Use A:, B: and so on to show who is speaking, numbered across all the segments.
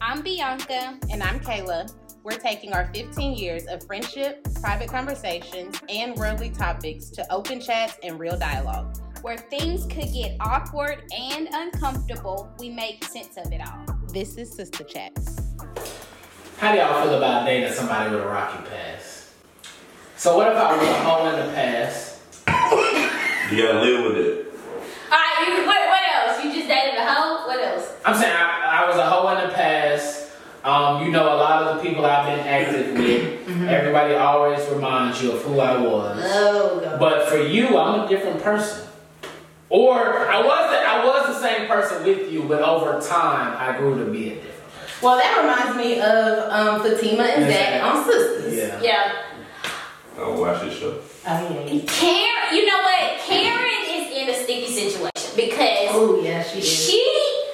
A: I'm Bianca.
B: And I'm Kayla. We're taking our 15 years of friendship, private conversations, and worldly topics to open chats and real dialogue.
A: Where things could get awkward and uncomfortable, we make sense of it all.
B: This is Sister Chats.
C: How do y'all feel about dating somebody with a rocky past? So what if I was a hoe in the past?
D: You gotta live with it.
E: Alright, you- what, what else? You just dated a hoe? What else?
C: I'm saying I, I was a hoe in the past. Um, you know, a lot of the people I've been active with, everybody always reminds you of who I was.
E: Oh, God.
C: But for you, I'm a different person. Or I was the, I was the same person with you, but over time I grew to be a different.
B: Well, that reminds me of um, Fatima and Zach on Sisters.
C: Yeah.
E: Yeah.
D: I don't watch this show.
F: Oh yeah.
E: Karen, you know what? Karen is in a sticky situation because
F: Oh yeah, she is.
E: she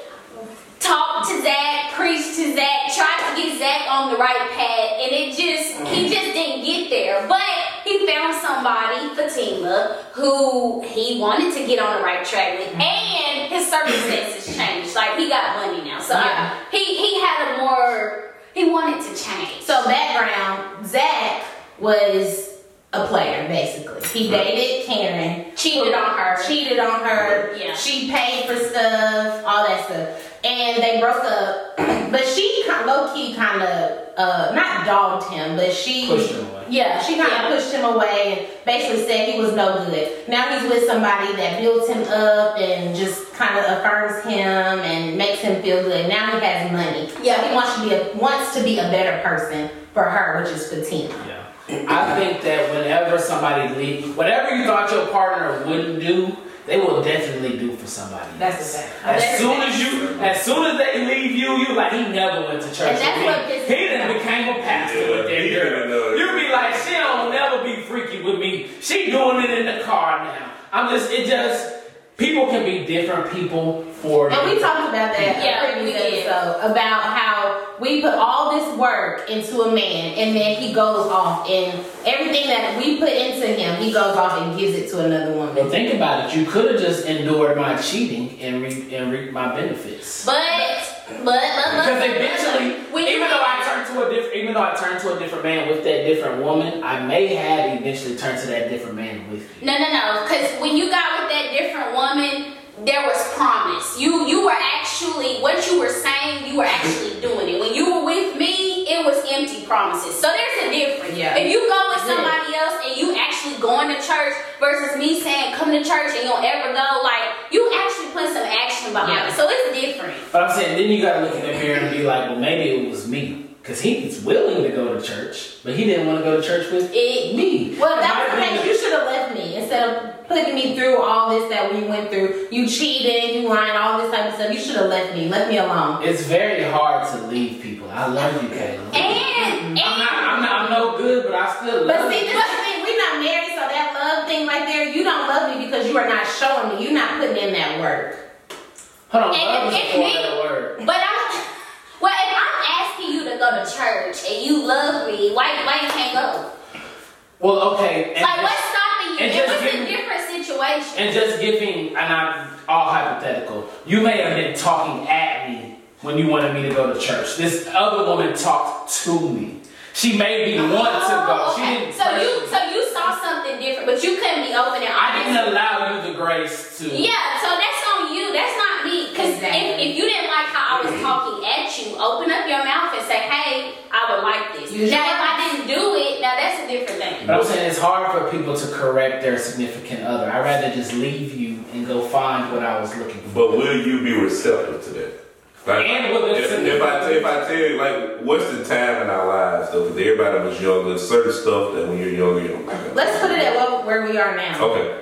E: talked to Zach, preached to Zach, tried to get Zach on the right path, and it just,
F: Mm.
E: he just didn't get there. But he found somebody, Fatima, who he wanted to get on the right track
F: Mm.
E: with, and his circumstances changed. Like, he got money now. So I-
B: Yeah.
E: he, he had a more, he wanted to change.
F: So background, Zach was a player basically. He dated Karen,
E: cheated on her.
F: cheated on her.
E: Yeah.
F: She paid for stuff, all that stuff, and they broke up. but she kind low key kind of uh, not dogged him, but she
C: Pushed him away.
F: Yeah, she kind of
E: Yeah.
F: pushed him away and basically said he was no good. Now he's with somebody that builds him up and just kind of affirms him and makes him feel good. Now he has money.
E: Yeah.
F: he wants to be a, wants to be a better person for her, which is Fatima.
C: Yeah. I think that whenever somebody leave, whatever you thought your partner wouldn't do, they will definitely do for somebody.
F: That's
C: else.
F: the fact.
C: As
F: That's
C: soon
F: the
C: as you, as soon as they leave you, you like he never went to church.
F: And that's
C: with me.
F: what pisses
C: he done became a pastor with that
D: Yeah,
C: girl.
D: I know.
C: You be like, she don't never be freaky with me. She doing it in the car now. I'm just, it just, people can be different people for.
F: And we talked about that
E: Yeah,
F: in the
E: we
F: previous
E: did.
F: episode about how we put all this work into a man and then he goes off and everything that we put into him, he goes off and gives it to another
C: But
F: woman.
C: think about it. You could have just endured my cheating and reap and reap my benefits.
E: But, but, but, but.
C: Because eventually,
E: When you-
C: even though I turned to a different, even though I turned to a different man with that different woman, I may have eventually turned to that different man with you.
E: No, no, no. Because when you got with that different woman, there was promise. You, you were actually what you were saying. You were actually doing it. When you were with me, it was empty promises. So there's a difference.
F: Yeah.
E: If you go with somebody else and you actually going to church versus me saying come to church and you'll ever go, like you actually put some action behind
F: Yeah.
E: it. So it's different.
C: But I'm saying, then you gotta look in the mirror and be like, well, maybe it was me, because he's willing to go to church, but he didn't want to go to church with
E: It-
C: me.
F: Well,
C: It
F: that's the
C: might have
F: thing.
C: been
F: You should have left me instead of putting me through all this that we went through. You cheating, you lying, all this type of stuff. You should have left me. Left me alone.
C: It's very hard to leave people. I love you, Caleb.
E: And and
C: I'm not, I'm not, I'm no good, but I still
F: But
C: love
F: see,
C: you.
F: this is the thing. We're not married, so that love thing right there. You don't love me because you are not showing me. You're not putting in that work.
C: Hold on,
E: and
C: love is
E: if
C: a four
E: me-
C: letter word.
E: But I'm well. If I'm asking you to go to church and you love me, why why you can't go?
C: Well, okay. and
E: Like
C: this-
E: what's stopping you?
C: and
E: It
C: just
E: was a
C: give-
E: different situation.
C: And just giving, and I'm all hypothetical. You may have been talking at me when you wanted me to go to church. This other woman talked to me. She made me want to go.
E: Oh,
C: She
E: okay.
C: didn't.
E: So you so you saw something different, but you couldn't be open and
C: I
E: honest.
C: didn't allow you the grace to.
E: Yeah, so that's on you. That's not me. Cause if,
F: Exactly.
E: if you didn't like how I was talking at you, open up your mouth and say, "Hey, I would like this."
F: Use your
E: now, if I didn't do it, now that's a different thing.
C: But I'm saying it's hard for people to correct their significant other. I'd rather just leave you and go find what I was looking for.
D: But will you be receptive to that? Like,
C: And will
D: if,
C: listen.
D: if I if I tell you, like, what's the time in our lives though? Because everybody was younger. Certain stuff that when you're younger, you don't. Like
F: Let's put it at what, where we are now.
D: Okay.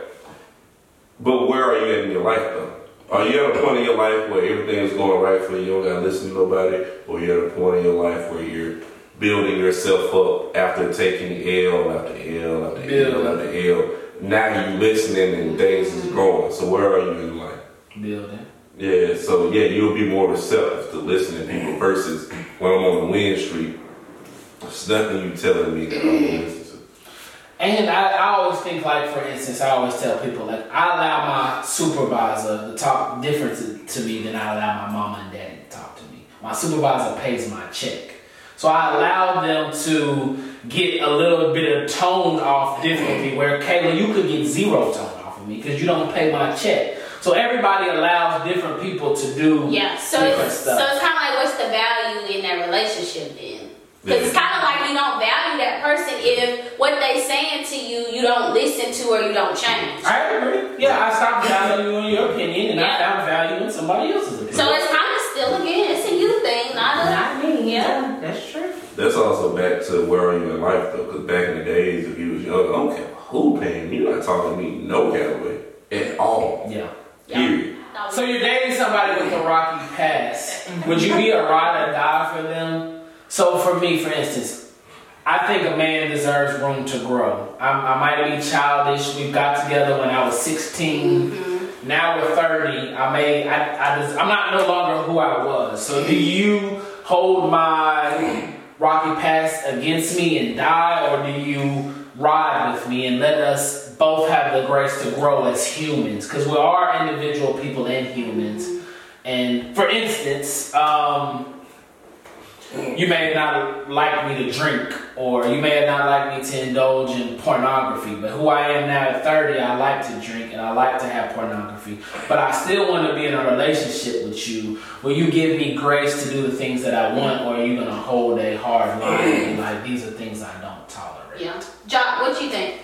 D: But where are you at in your life though? Are you at a point in your life where everything's going right for you? You don't gotta listen to nobody, or you're at a point in your life where you're building yourself up after taking L after L after L after L. Now you listening and things is growing. So where are you in life?
C: Building.
D: Yeah, so yeah, you'll be more receptive to listening to people versus when I'm on the win street. It's nothing you telling me that I'm gonna listen to.
C: And I, I always think, like, for instance, I always tell people, like, I allow my supervisor to talk different to, to me than I allow my mama and daddy to talk to me. My supervisor pays my check. So I allowed them to get a little bit of tone off differently where Kayla, you could get zero tone off of me because you don't pay my check. So everybody allows different people to do
E: Yeah, so
C: different
E: it's, so
C: stuff.
E: it's kind of like what's the value in that relationship then? Because it's kind of like you don't value that person if what they saying to you you don't listen to or you don't change.
C: I agree. Yeah, I stopped valuing your opinion and I
E: Yeah.
C: found value in somebody else's opinion.
E: So it's kind of still again it's a you thing, not a
F: Not me.
E: Yeah.
F: that's true.
D: That's also back to where are you in life though, because back in the days if you was young, I don't care who paying me, you're not talking to me no kind of way at all.
C: yeah.
D: Period.
C: So you're dating somebody with a rocky past. Would you be a ride or die for them? So for me, for instance, I think a man deserves room to grow. I, I might be childish. We got together when I was 16. Now we're 30. I may. I, I just, I'm not no longer who I was. So do you hold my rocky past against me and die, or do you ride with me and let us both have the grace to grow as humans? Because we are individual people and humans. And for instance, um, you may not like me to drink, or you may not like me to indulge in pornography. But who I am now at 30, I like to drink and I like to have pornography. But I still want to be in a relationship with you. Will you give me grace to do the things that I want, or are you going to hold a hard line and be like, these are things I don't tolerate?
E: yeah. Jock, what you think?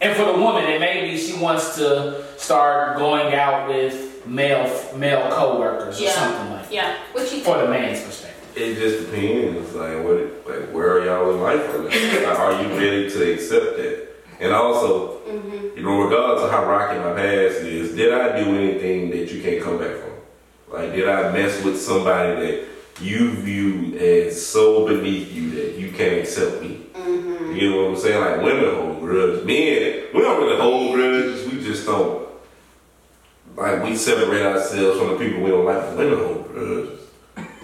C: And for the woman, it may be she wants to start going out with male male coworkers or
E: Yeah.
C: something like that.
E: Yeah, what you
C: For
E: think?
C: the man's perspective.
D: It just depends, like what, like where are y'all in life right now? Like, are you ready to accept that? And also, you know, regardless of how rocky my past is, did I do anything that you can't come back from? Like, did I mess with somebody that you viewed as so beneath you that you can't accept me? You know what I'm saying? Like, women hold grudges. Men, we don't really hold grudges. We just don't. Like, we separate ourselves from the people we don't like. Women hold grudges.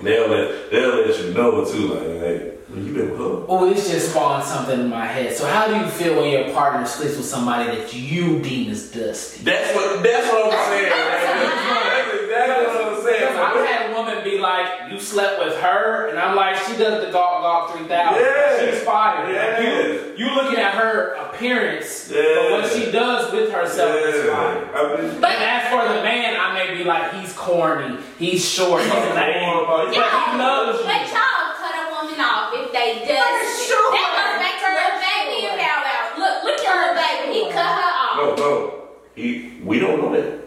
D: They'll let, they'll let you know, too. Like, hey, you been with her.
C: Oh, this just spawned something in my head. So how do you feel when your partner sleeps with somebody that you deem as dusty?
D: That's what that's what I'm saying. That's exactly what I'm saying.
C: Because I've had a woman be like, you slept with her, and I'm like, she does the dog golf 3000.
D: Yeah.
C: She's fired. Like,
D: Yeah.
C: you, you looking at her appearance, but what
D: Yeah.
C: she does with herself is fine.
D: Yeah, I've been-
E: But-
C: and as for the man, I may be like, he's corny, he's short, he's lame.
D: Horrible.
C: But he loves you.
E: But y'all cut a woman off if they does.
F: For sure.
E: That goes back to little baby and Bow Wow. Look, look at little baby. He cut her off.
D: No, no. He, we don't know that.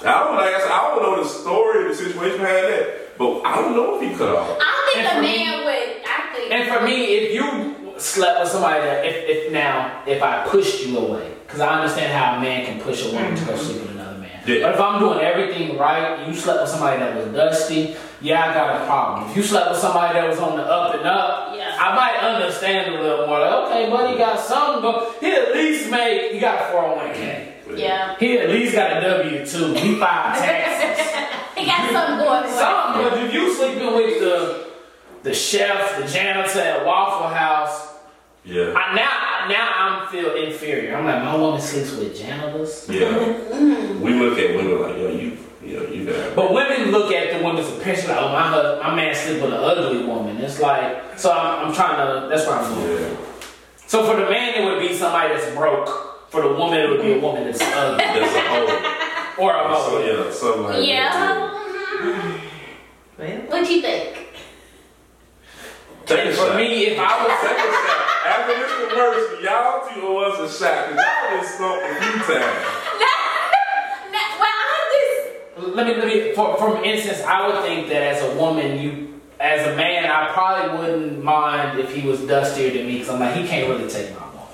D: I don't like I said, I don't know the story, the situation behind that. But I don't know if he cut off.
E: I don't think
C: And
E: a
C: for
E: man would. I think.
C: And for me, if you slept with somebody that, if, if now, if I pushed you away, because I understand how a man can push a woman to go sleep with another man.
D: Yeah.
C: But if I'm doing everything right, you slept with somebody that was dusty, yeah, I got a problem. If you slept with somebody that was on the up and up,
E: Yeah.
C: I might understand a little more. Like, okay, buddy, got something, but he at least made, he got a 401k.
E: yeah.
C: He at least got a W 2. He filed taxes.
E: He got some boy. for it.
C: Some, but if you sleeping with the the chef, the janitor at Waffle House,
D: Yeah.
C: I, now now I'm feel inferior. I'm like my woman sleeps with janitors.
D: Yeah. we look at women like, yo, you yo, you got
C: But women look at the woman's appearance like, oh my hus- my man sleep with an ugly woman. It's like so I'm, I'm trying to that's where I'm going.
D: yeah.
C: So for the man it would be somebody that's broke. For the woman it would be a woman that's ugly
D: That's a whole
C: or a
D: so,
C: hoe.
D: yeah, something like that.
E: Yeah.
F: Well,
E: What do you think?
D: yeah. Take a
C: And
D: shot.
C: for me, if I was
D: Take a shot. After this conversion, y'all two owe us a shot because y'all been stumped a few times.
E: No, well, I
C: let me let me for from instance i would think that as a woman you as a man i probably wouldn't mind if he was dustier than me because i'm like he can't really take my woman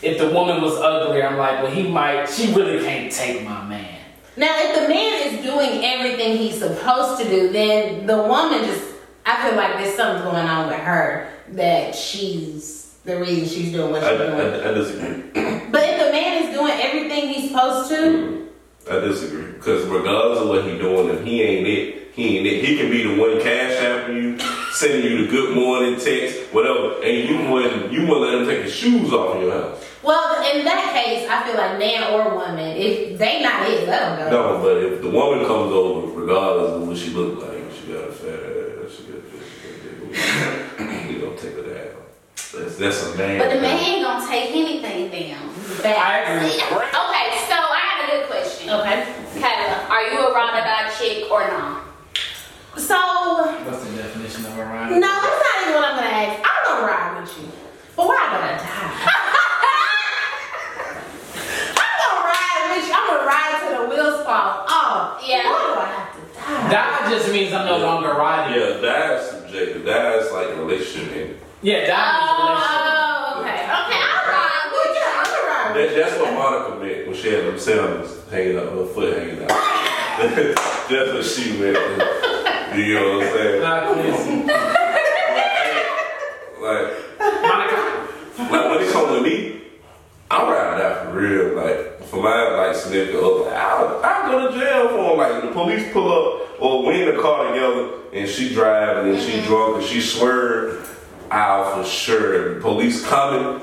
C: if the woman was uglier i'm like well he might she really can't take my man
F: Now, if the man is doing everything he's supposed to do, then the woman just, I feel like there's something going on with her that she's the reason she's doing what
D: I,
F: she's doing.
D: I, I disagree.
F: But if the man is doing everything he's supposed to,
D: I disagree. Because regardless of what he doing, if he ain't it, he ain't it. He can be the one cash after you, sending you the good morning text, whatever, and you wouldn't you wouldn't let him take his shoes off in your house.
F: well, in that case, I feel like man or woman, if they not it, let them go.
D: No, but if the woman comes over, regardless of what she look like, she got a fat ass. She got this. She got that. We gonna take her down. That's, that's a man.
E: But the man ain't gonna take anything down.
C: I agree.
E: Okay, so I had a good question.
F: Okay.
E: Kayla, are you a ride or die chick or not?
F: So no,
C: What's the definition of a
F: it's
C: ride?
F: not even what I'm gonna ask. I'm gonna ride with you. But why gonna die? I'm gonna ride with you. I'm gonna ride till the wheels fall off.
E: Yeah.
F: Why do I have to die?
C: That just means I'm no longer riding.
D: Yeah, that's subjective. That's like a relationship. And
C: Yeah, that
E: Oh, okay. Okay, I'll ride
F: Well,
E: with you.
F: yeah, I'm gonna ride with
D: that, that's what Monica meant when she had them sounds hanging out, her foot hanging out. that's what she meant. You know what I'm saying?
C: means relationship. Not
D: Like,
C: Quincy. Monica.
D: like when it comes to me, I'm riding out for real. Like for my like significant other, like, I'll, I'll go to jail for him. Like the police pull up or we in the car together and she driving and she drunk and she swerved, I'll for sure. The police coming,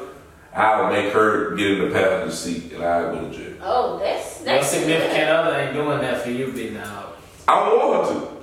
D: I'll make her get in the passenger seat and I'll go to jail.
E: Oh, that's
C: Your
E: that's
C: significant other ain't doing that for you, big now.
D: I don't want her to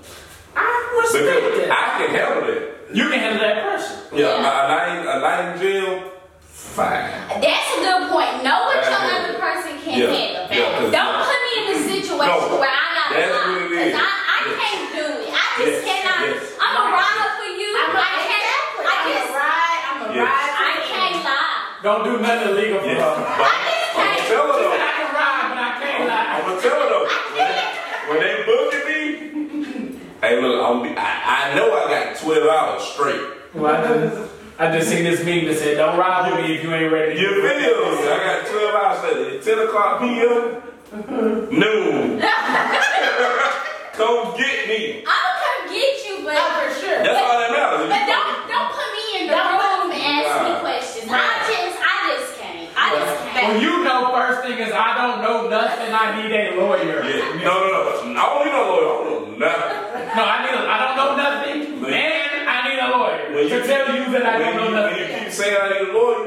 C: I respect
D: because
C: that.
D: I can handle it.
C: You can handle that pressure.
D: Yeah, a night a night in jail, fine.
E: That's a good point. Know what your
D: Yeah.
E: other person can
D: Yeah.
E: handle.
D: Yeah, 'cause-
E: Don't put me in a situation
D: No.
E: where I gotta
D: That's
E: lie,
D: what it
E: 'cause
D: is.
E: I, I can't do it. I just
D: Yes.
E: cannot.
D: Yes.
E: I'm a rider for you. I, can't. I
F: I'm
E: just.
F: gonna ride, I'm gonna
D: Yes.
F: ride.
E: I can't lie.
C: Don't do nothing illegal for her.
D: I'm
E: can't-
D: telling
C: I
D: her.
C: can ride, but I can't lie.
D: I'm gonna tell her though. When they booking me, hey, look, I'm be, I, I know I got 12 hours straight.
C: Well, I just, I just seen this meme that said, "Don't ride with me if you ain't ready." to
D: Your
C: do it."
D: videos, I got 12 hours straight. At 10 o'clock p.m., noon. Come get me.
E: I'll come get you, but
F: Oh, for sure.
D: That's all that matters.
E: but don't don't put me in the
F: Don't
E: room and ask me
D: Right.
E: questions. I just I just can't. I just
C: Well,
E: can't.
C: you know, first thing is I don't know nothing. I need a lawyer.
D: Yeah. No, no, no. I don't need no lawyer. I don't know nothing.
C: No, I need. A, I don't know nothing,
D: When-
C: and I need a lawyer
D: When
C: to tell you that I
D: when
C: don't know
D: you,
C: nothing.
D: When you keep saying I need a lawyer,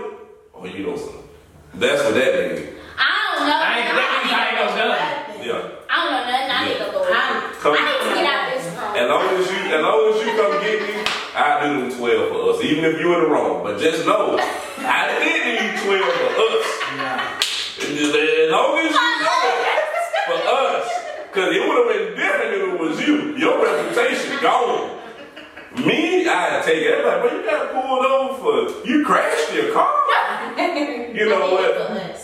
D: oh, you know something. That's what that means.
E: I don't know.
C: I ain't, that means I ain't no nothing.
D: Yeah.
E: I don't know nothing. I need to go.
F: I'm-
E: I need to get out of this room.
D: As long as you, as long as you come get me, I do them twelve for us, even if you in the wrong. But just know, I did do you twelve for us. And just- As long as you know, for us, because it would have been different if it was you. Your reputation gone. Me, I take it. I'm like, but you got pulled over for you crashed your car. You know what?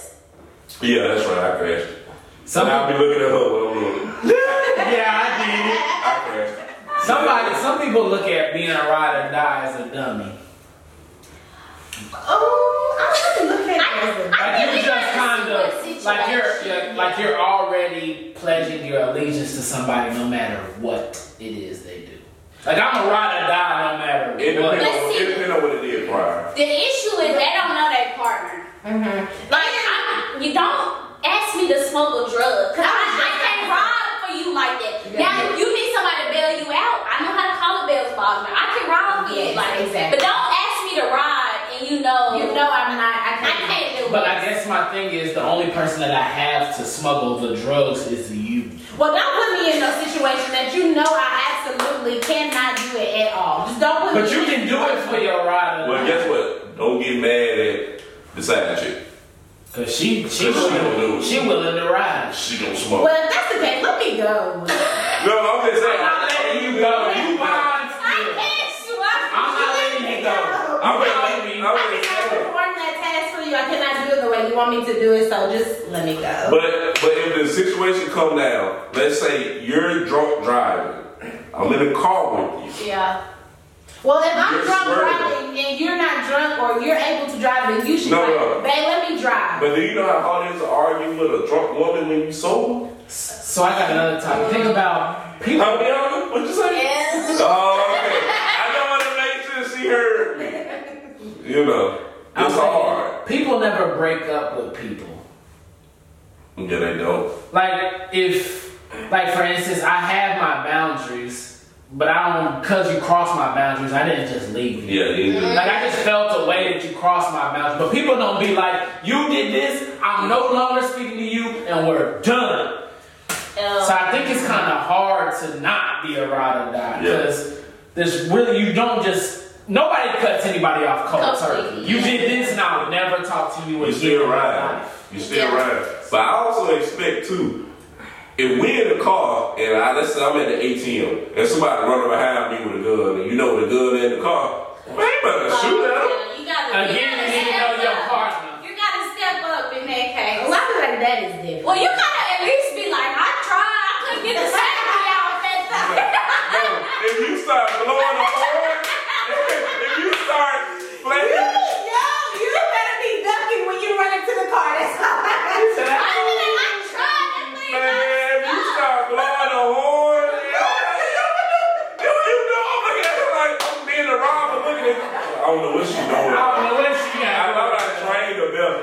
D: Yeah, that's right. I crashed. it. And I'll
C: Some,
D: be looking at her. Well, look,
C: yeah, I did.
D: I crashed. it.
C: Somebody, some people look at being a ride or die as a dummy.
F: Oh, I wouldn't look at it as a
E: I
C: Like
E: think
C: you
E: it
C: just
E: depends
C: kind
E: on
C: of
E: the
C: like you're,
E: situation.
C: you're like you're already pledging your allegiance to somebody, no matter what it is they do. Like I'm a ride or die, no matter
D: It
C: what.
D: depends on-
E: Let's see.
D: it depends on what it did prior.
E: The issue is they don't know their partner.
F: Mm-hmm.
E: Like, I, you don't ask me to smoke a drug. Cause I, I can't ride for you like that. Now, if you need somebody to bail you out, I know how to call a bail bondsman. I can ride for you
F: Yes,
E: like that.
F: exactly.
E: But don't ask me to ride and you know,
F: You know, I mean, I, I
E: I
F: can't.
E: can't do
C: But
E: it.
C: I guess my thing is the only person that I have to smuggle the drugs is you.
F: Well, don't put me in no situation that you know I absolutely cannot do it at all. Just don't
C: But
F: put me
C: you
F: in-
C: can do it for your ride or
D: Well,
C: die.
D: guess what? Don't get mad at the side chick.
C: Cause she she
D: Cause she don't do
C: willing,
D: it.
C: she willing to ride.
D: She don't smoke.
F: Well, if that's the case, let me go.
D: no, I'm just saying.
C: I'm not letting you go. You mind still. I'm not letting you go.
D: I'm
C: You
D: not
C: not
D: letting
C: me.
D: you- I'm
F: I
D: just
F: cannot
D: saying.
F: perform that task for you. I cannot do it the way you want me to do it, so just let me go.
D: But but if the situation come down, let's say you're drunk driving. I'm in a car with you.
F: Yeah. Well, if I'm
D: You're
F: drunk
D: swerving.
F: driving and you're not drunk or you're able to drive, then you should
D: No,
F: like,
D: no.
F: babe, let me drive.
D: But do you know how hard it is to argue with a drunk woman when you sober?
C: So I got another topic. Think about people.
D: Huh, Bianca? What you say? Oh, okay. I don't want to make sure she heard me. You know,
C: I'm
D: it's
C: saying,
D: hard.
C: People never break up with people.
D: Yeah, they don't.
C: Like if, like for instance, I have my boundaries, but I don't because you crossed my boundaries. I didn't just leave you.
D: Yeah, they do.
C: Like I just felt a way that you crossed my boundaries. But people don't be like, you did this. I'm no longer speaking to you, and we're
E: Um,
C: done. So I think it's kind of hard to not be a ride or die
D: Yeah.
C: because This really, you don't just. Nobody cuts anybody off cold turkey.
E: Completely.
C: You did this, and I would never talk to you
D: You
C: again.
D: still riding. You still
E: Yeah.
D: riding. But I also expect too, if we in the car and I let's say I'm at the ATM and somebody running behind me with a gun and you know the gun in the car, man, you better
E: Oh,
D: shoot at him.
E: You gotta, you
C: Again,
E: gotta
C: you need to
E: step
C: know your
E: up.
C: partner.
E: You gotta step up in that
F: A
E: case.
F: lot of Oh, like that is different.
E: Well, you gotta at least be like, I tried, I couldn't get the safety out that
D: Bro,
E: time.
D: if you start blowing the horn, if you start flashing,
F: No, you better be ducking when you run into the car. That's all I
C: Said, "I-
E: I mean, I tried that thing.
D: man, if you start blowing the horn, you you know I'm looking at him like I'm being a robber looking at I don't know what she doing.
C: I don't know what she
D: I
C: got.
D: thought I trained her better.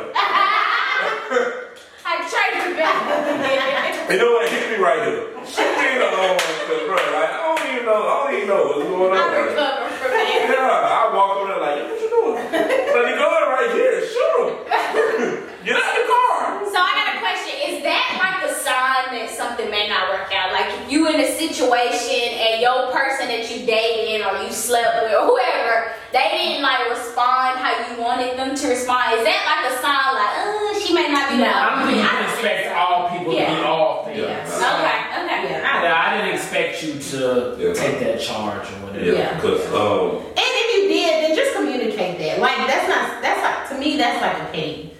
E: I tried to back.
D: You know what? Hit me right here. Shoot me in the arm, 'cause, bro. Like, I don't even know. I don't even know what's going
E: I
D: on. Right
E: recovered from that.
D: yeah, I walk over there like, what you doing? But he going right here. Shoot him. Get out the car.
E: So I got a question. Is that like a sign that something may not work out? Like if you in a situation and your person that you dated or you slept with or whoever, they didn't like respond how you wanted them to respond. Is that like a sign like, uh, she may not
C: I don't
E: be I
C: think you
E: don't
C: can expect all people to be
E: Yeah.
C: all things.
D: Yeah.
E: Okay, okay.
F: Yeah.
C: Yeah, I didn't expect you to
D: Yeah.
C: take that charge or whatever.
D: Yeah, because, um,
F: And if you did, then just communicate that. Like that's not that's like to me that's like a petty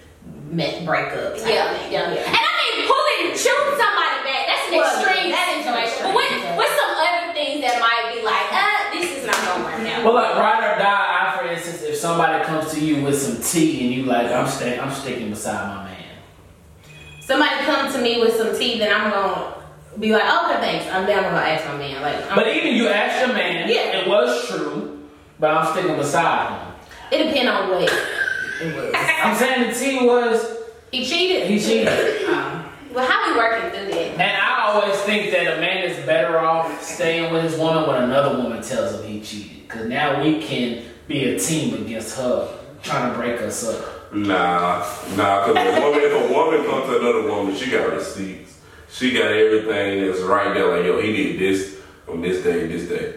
F: me- breakup. type
E: Yeah,
F: thing.
E: yeah. And I mean, pulling, shooting somebody back, that's an
F: Well,
E: extreme
F: that is
E: situation.
F: extreme,
E: But what,
F: yeah.
E: what's some other things that might be like, uh, this is not going to work out?
C: Well, like ride or die. I, for instance, if somebody comes to you with some tea and you like, I'm staying, I'm sticking beside my man.
F: Somebody come to me with some tea, then I'm gonna be like, okay, thanks. I'm down. I'm gonna ask my man. Like, I'm,
C: But even you asked your man,
F: Yeah.
C: it was true, but I'm sticking beside him.
F: it depends on what it was.
C: I'm saying the tea was
F: He cheated.
C: he cheated,
F: Um,
E: Well, how we working through that?
C: and I always think that a man is better off staying with his woman when another woman tells him he cheated, because now we can be a team against her trying to break us up.
D: nah, nah, because a woman, if a woman comes to another woman, she got receipts. She got everything that's right there. Like, yo, he did this on this day, this day.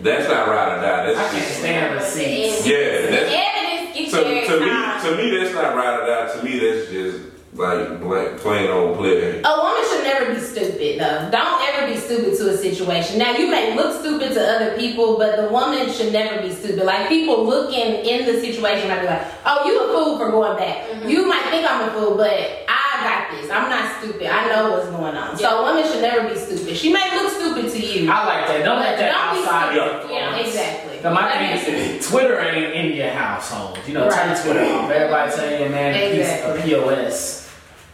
D: That's not ride or die.
C: I
D: That's
C: can't
D: just,
C: stand receipts.
D: yeah, that's,
E: Evidence gets
D: to,
E: very
D: to me,
E: high.
D: to me, that's not ride or die. To me, that's just like blank, plain old player.
F: a woman should never be stupid though. Don't ever be stupid to a situation. Now you may look stupid to other people, but the woman should never be stupid. Like people looking in the situation might be like, oh, you a fool for going back. You might think I'm a fool, but I got this. I'm not stupid. I know what's going on. So a woman should never be stupid. She may look stupid to you.
C: I like that. Don't let that
F: Don't be
C: outside
F: stupid.
C: influence.
E: Yeah,
F: exactly.
C: Now, my
F: Like,
C: thing is, Twitter ain't in your household. You know, turn
F: Right.
C: Twitter off. Everybody tell your man
F: Exactly.
C: he's a POS.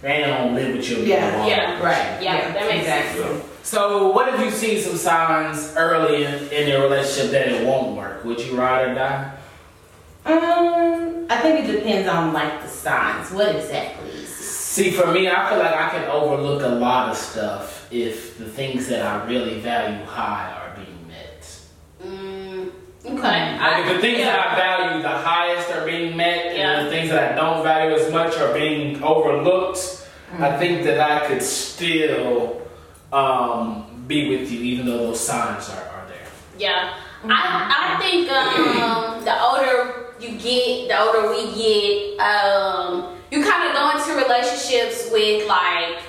C: They don't live with you.
F: Yeah,
C: anymore.
E: yeah.
F: Right.
E: Yeah, that makes
F: exactly.
D: So,
C: So, what if you see some signs early in, in your relationship that it won't work? Would you ride or die?
F: Um, I think it depends on like the signs. What exactly? is-
C: See, for me, I feel like I can overlook a lot of stuff if the things that I really value high are being met.
E: Mm, okay.
C: Like
E: I-
C: if the things
E: yeah.
C: that I value the highest are being met,
E: Yeah.
C: and the things that I don't value as much are being overlooked,
E: Mm-hmm.
C: I think that I could still um, be with you, even though those signs are, are there.
E: Yeah. I, I think um, the older you get, the older we get, um, you kind of go into relationships with like,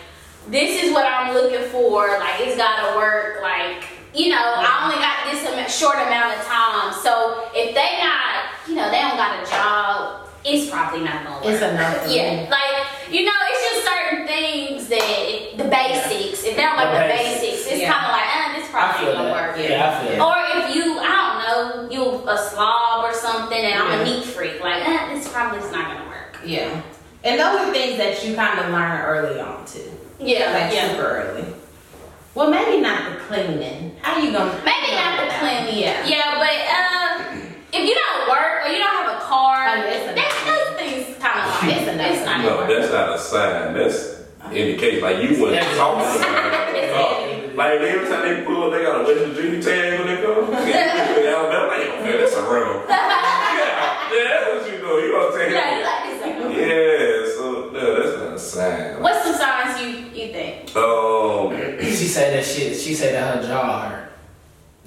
E: this is what I'm looking for. Like, it's got to work. Like, you know, I only got this am- short amount of time. So if they not, you know, they don't got a job, it's probably not going to work.
F: It's another.
E: Yeah, like you know, it's just certain things that the basics. If they don't like
C: The
E: the
C: basics.
E: basics, it's
F: Yeah.
E: kind of like, uh, this
C: I
E: probably
C: feel
E: ain't gonna
C: that.
E: work.
C: Yeah, I feel that.
E: Or if you, I don't know, you a slob or something, and I'm a
F: Yeah.
E: neat freak, like uh, this probably is not gonna work.
F: Yeah. And those are things that you kind of learn early on too.
E: Yeah,
F: Like
E: yeah.
F: super early. Well, maybe not the cleaning. How you gonna?
E: Maybe not the cleaning.
F: Yeah.
E: yeah, but uh, if you don't work or you don't have a car,
F: Oh, yeah, it's a-
E: that's those things kind of like
F: It's a no.
E: it's not gonna
D: no,
E: work.
D: that's not a sign. That's indicates like you wasn't
C: That's-
D: talking about it. Oh, Like every time they pull up, they got a West Virginia tag when they come. Yeah, in Alabama, like, yo, man, that's a room. yeah, yeah, that's what you know. You gonna take
E: Yeah,
D: it.
E: you like this ain't gonna work.
D: Yeah, so no, that's not a sign.
E: What's some signs you you think?
D: Um,
C: She said that shit. She said that her jaw hurt.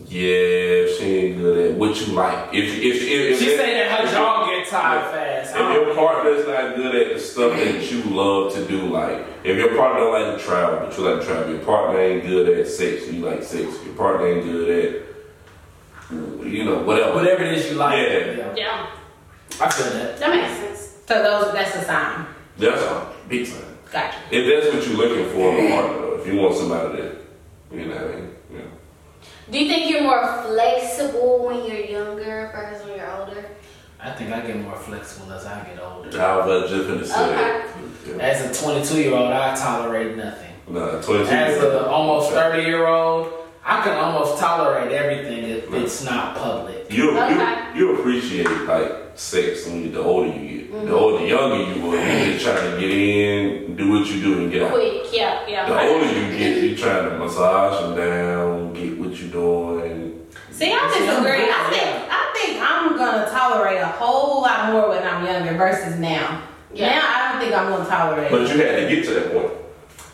D: yeah, if she ain't good you like. If if if, if
C: She
D: that-
C: said that her
D: if-
C: jaw get tired fast.
D: If
C: I don't
D: your partner's not good at the stuff that you love to do, like if your partner don't like to travel, but you like to travel, your partner ain't good at sex, you like sex, your partner ain't good at you know whatever.
C: Whatever it is you like.
D: Yeah.
F: Yeah,
C: I feel that.
F: that makes sense. So those, that's a sign.
D: That's all. Big time.
F: Gotcha.
D: If that's what you're looking for in a partner, though, if you want somebody that you know, what I mean? you know.
E: Do you think you're more flexible when you're younger versus when you're older?
C: I think I get more flexible as I get older.
D: How about just gonna say? Yeah.
C: As a 22 year old, I tolerate nothing.
D: Nah, 22
C: As
D: years.
C: an almost 30 year old, I can almost tolerate everything if
D: Right.
C: it's not public.
D: You,
E: Okay.
D: you you appreciate like sex when you, the older you get.
E: Mm-hmm.
D: The older, the younger you are, you just trying to get in, do what you do, and get out.
F: Quick, yeah,
D: The older
F: yeah.
D: you get, you trying to massage them down, get what you doing.
F: See, I disagree. I think I think I'm gonna tolerate a whole lot more when I'm younger versus now.
E: Yeah.
F: Now I don't think I'm gonna tolerate.
D: But you had to get to that point.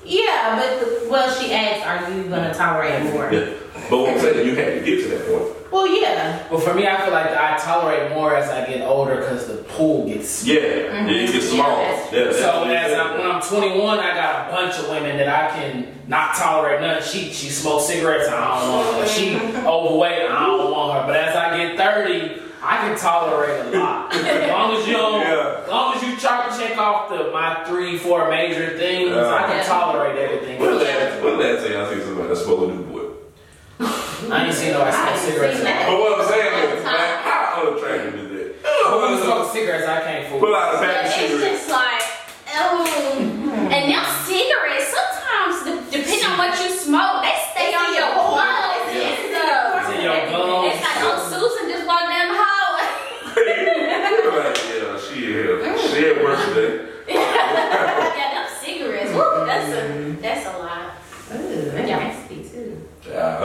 F: yeah, but well, she asked, "Are you gonna tolerate more?"
D: Yeah. But what I'm saying, you had to get to that point.
F: Well, yeah.
C: But for me, I feel like I tolerate more as I get older because the pool gets
D: Yeah,
E: Mm-hmm.
D: yeah you get small.
F: Yeah,
D: Yeah,
F: that's-
D: that's
C: So
D: what
C: as
D: you
C: I'm,
D: said.
C: when I'm 21, I got a bunch of women that I can not tolerate. None. She she smokes cigarettes. I don't want her. She overweight. I don't want her. But as I get 30, I can tolerate a lot. As long as you don't,
D: Yeah.
C: as long as you try to check off the my three four major things, I
F: Yeah.
C: can tolerate everything.
D: When the last, when the last time y'all seen somebody that smoked a new boy?
C: I ain't seen nobody
F: I
C: smoke
F: ain't
C: cigarettes.
F: seen that.
D: But what I'm saying is, man, how unattractive is that?
C: But when you smoke cigarettes, I can't fool.
D: Pull
C: you.
D: out a pack of
E: Oh, Yeah, it's
D: cigarettes.
E: just like, oh. And them cigarettes, sometimes, de- depending on what you smoke, they stay
F: It's
E: on
F: in
E: your
F: your blood.
E: blood and
C: It's
E: stuff.
C: in your gums.
E: uh, It's like, oh, Susan just walked down the hallway.
D: Like, yeah, she here. She at work today.
E: yeah, them cigarettes, woo, that's a, that's a lot.
F: Ooh, that's
E: Yeah.
F: nasty too.
D: Yeah, yeah.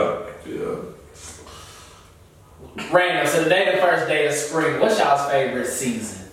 C: Random. So today, the first day of spring. What's y'all's favorite season?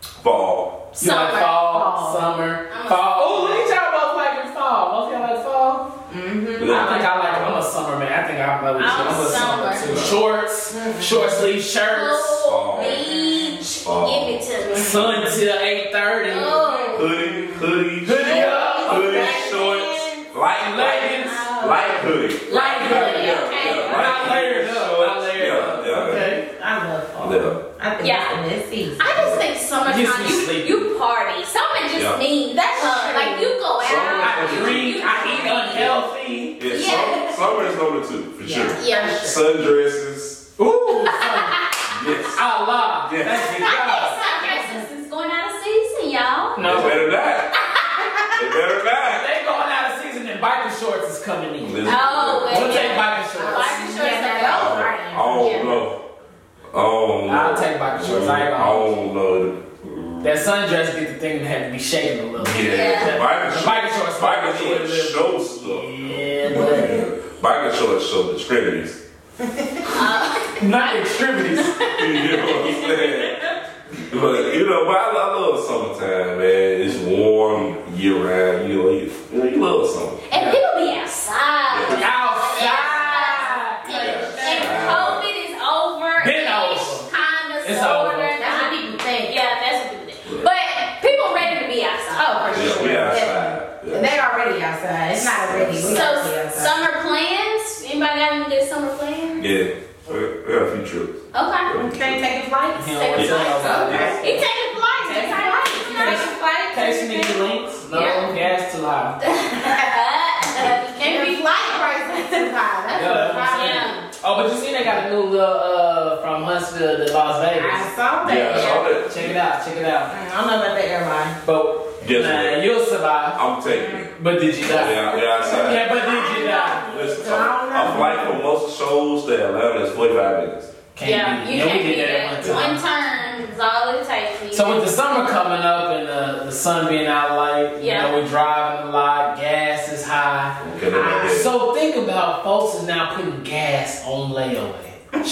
D: Fall.
C: You like
E: Summer.
C: fall,
F: Fall.
C: summer,
E: I'm a-
C: fall. Oh, look at y'all both liking fall. Both y'all like fall. I think
D: Yeah.
C: I like. I'm a summer man. I think I'm a,
E: I'm
C: I'm a summer,
E: summer.
C: too. Shorts, short sleeve shirts,
E: Oh,
D: Fall.
E: beach,
D: Fall.
E: give it to me.
C: sun till eight thirty.
E: Oh,
D: Hoodie, hoodie,
C: Hoodie up.
D: hoodie, shorts, light
C: Leggings.
D: light hoodie.
C: Light hoodie,
D: Yeah,
E: okay.
D: yeah,
C: I
D: light
C: layered
D: hoodie,
C: up. I
D: shorts.
C: layered
D: Yeah,
C: up.
D: yeah.
C: Okay.
F: I love fall.
D: Yeah.
F: I think
E: Yeah.
F: yeah. it's the best season.
E: I just think
C: Gets me
E: summertime, you,
C: sleepy.
E: you party. Summer just
D: Yeah.
E: means that's uh, like you go out.
C: I
D: Summer.
E: you-
C: drink.
E: you-
C: I eat unhealthy.
D: Yeah,
E: Yeah.
D: sum- summer is number two, for
F: Yeah.
D: sure.
E: Yeah.
D: Sundresses,
C: Ooh, summer.
D: yes.
C: Allah.
D: Yes.
C: Thank you, God.
E: I think sundresses is going out of season, y'all.
D: They
C: No,
D: better not. They better not.
C: they going out of season and biker shorts is coming in.
D: Listen.
E: Oh, wait.
C: We'll take biker shorts.
E: Biker shorts
F: Yeah.
E: are
D: I don't know. I don't know.
C: I'll take my shorts. I ain't
D: I don't know.
C: That sundress get the thing that had to be shaking a little.
D: Yeah,
E: Yeah.
D: Biker,
C: The
D: shorts-
C: biker shorts.
D: biker
C: probably a
D: shorts
C: little-
D: show stuff. though.
C: Yeah, but
D: Biker shorts show extremities.
C: not extremities.
D: You know what I'm saying? But you know, but I, I love summertime, man. It's warm year round. You know, you, you, know, you love summer.
E: And people be outside.
C: Outside.
E: And and COVID is over.
C: Been over.
E: Kind of,
C: It's
E: sort
C: over.
F: That's what people think.
E: Yeah, that's what people do. But people ready to be outside.
F: Oh, for
D: Yeah,
F: sure.
D: we
F: Yeah.
D: outside. Yeah.
F: They already outside. It's not already. We already
E: So,
F: outside.
E: summer plans? Anybody got any good summer plans?
D: Yeah, we we got a few trips.
E: Okay.
F: Okay, taking flights.
C: You know
F: Taking
C: what I'm saying?
F: flights.
E: He taking flights. He
F: Taking
E: taking
F: flights.
E: flights.
F: Taking flights.
C: Case you need the links, no
E: Yeah.
C: gas too loud.
E: Uh-uh.
F: Can't be flight prices too high. That's
C: Yeah,
F: a
C: that's what I'm
F: problem.
E: Yeah.
C: Oh, but you seen they got a new little uh from Huntsville to Las
F: I
C: Vegas.
F: saw that.
D: Yeah, I saw that.
C: Check it out, check it out.
F: I don't know about the airline.
C: But
D: Yes,
C: nah,
D: ma'am.
C: you'll survive.
D: I'm taking it.
C: But did you die?
D: Yeah, we outside.
C: Yeah, but did you die?
D: Listen,
F: I don't know.
D: a flight from most shows to Atlanta is 45 minutes.
C: Can't be.
E: you
C: yeah, we
E: can't
C: did
E: do
C: that one
E: that.
C: time.
E: One turn is all it takes. me.
C: So with the summer coming up and uh, the sun being out light, you
E: Yeah.
C: know, we driving a lot, gas is high.
D: Okay, then I did.
C: So think about folks is now putting gas on layaway.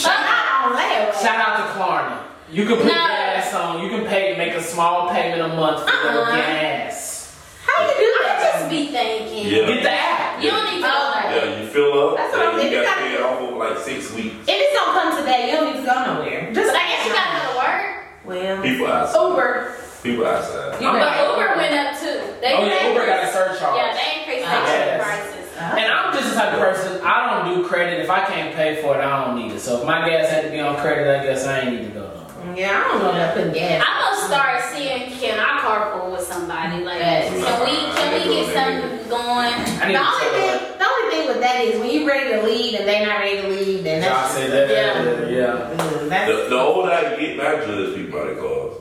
F: I don't know.
C: Shout out to Klarna. You can put
E: No.
C: gas on, you can pay make a small payment a month for your
E: Uh-uh.
C: gas.
F: How you do
E: I
F: that?
E: just be thinking.
D: Yeah.
C: Get the app.
E: You don't need to
F: Oh.
E: go there.
D: Yeah, you fill up,
F: That's what I'm
D: and you
F: thinking.
D: got to pay it off over like six weeks.
F: If it's gonna come to that, you don't need to go nowhere.
E: But
F: Just
E: I guess you gotta go to work.
F: well,
D: People outside.
F: Uber.
D: People outside.
F: You
E: But
F: right.
E: Uber went up too. They
C: Oh yeah, Uber got a
E: increased-
C: surcharge.
E: Yeah, they increased
F: Ah,
E: their
C: yes.
E: prices.
C: And I'm just the type of person, I don't do credit. If I can't pay for it, I don't need it. So if my gas had to be on credit, I guess I ain't need to go no.
F: Yeah, I don't know about putting gas.
E: I'm gonna start seeing can I carpool with somebody? Like,
F: Yes.
E: can we can we get something going?
C: I need to
F: The only
C: tell her.
F: thing, the only thing with that is when you're ready to leave and they're not ready to leave, then
C: Y'all
F: that's
C: say that.
E: Yeah.
C: Yeah.
F: Mm,
D: The,
F: that's
D: the older I get, I judge people by the cars.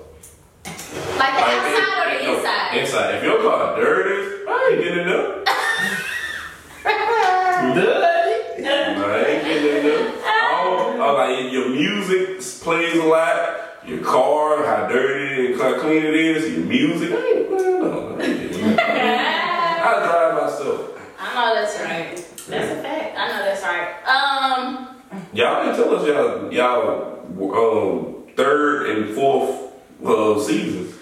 E: Like
D: Like,
E: the outside or
D: it-
E: the
D: no,
E: inside?
D: Inside. If your car dirty, I ain't getting it up.
C: Good.
D: I ain't getting it up. All, all like your music plays a lot. Your car, how dirty and how clean it is. Your music. I ain't playing no. I ain't getting it up. I drive myself.
E: I know that's right.
F: that's a fact.
E: I know that's right. Um,
D: Y'all can tell us y'all y'all um third and fourth uh, seasons.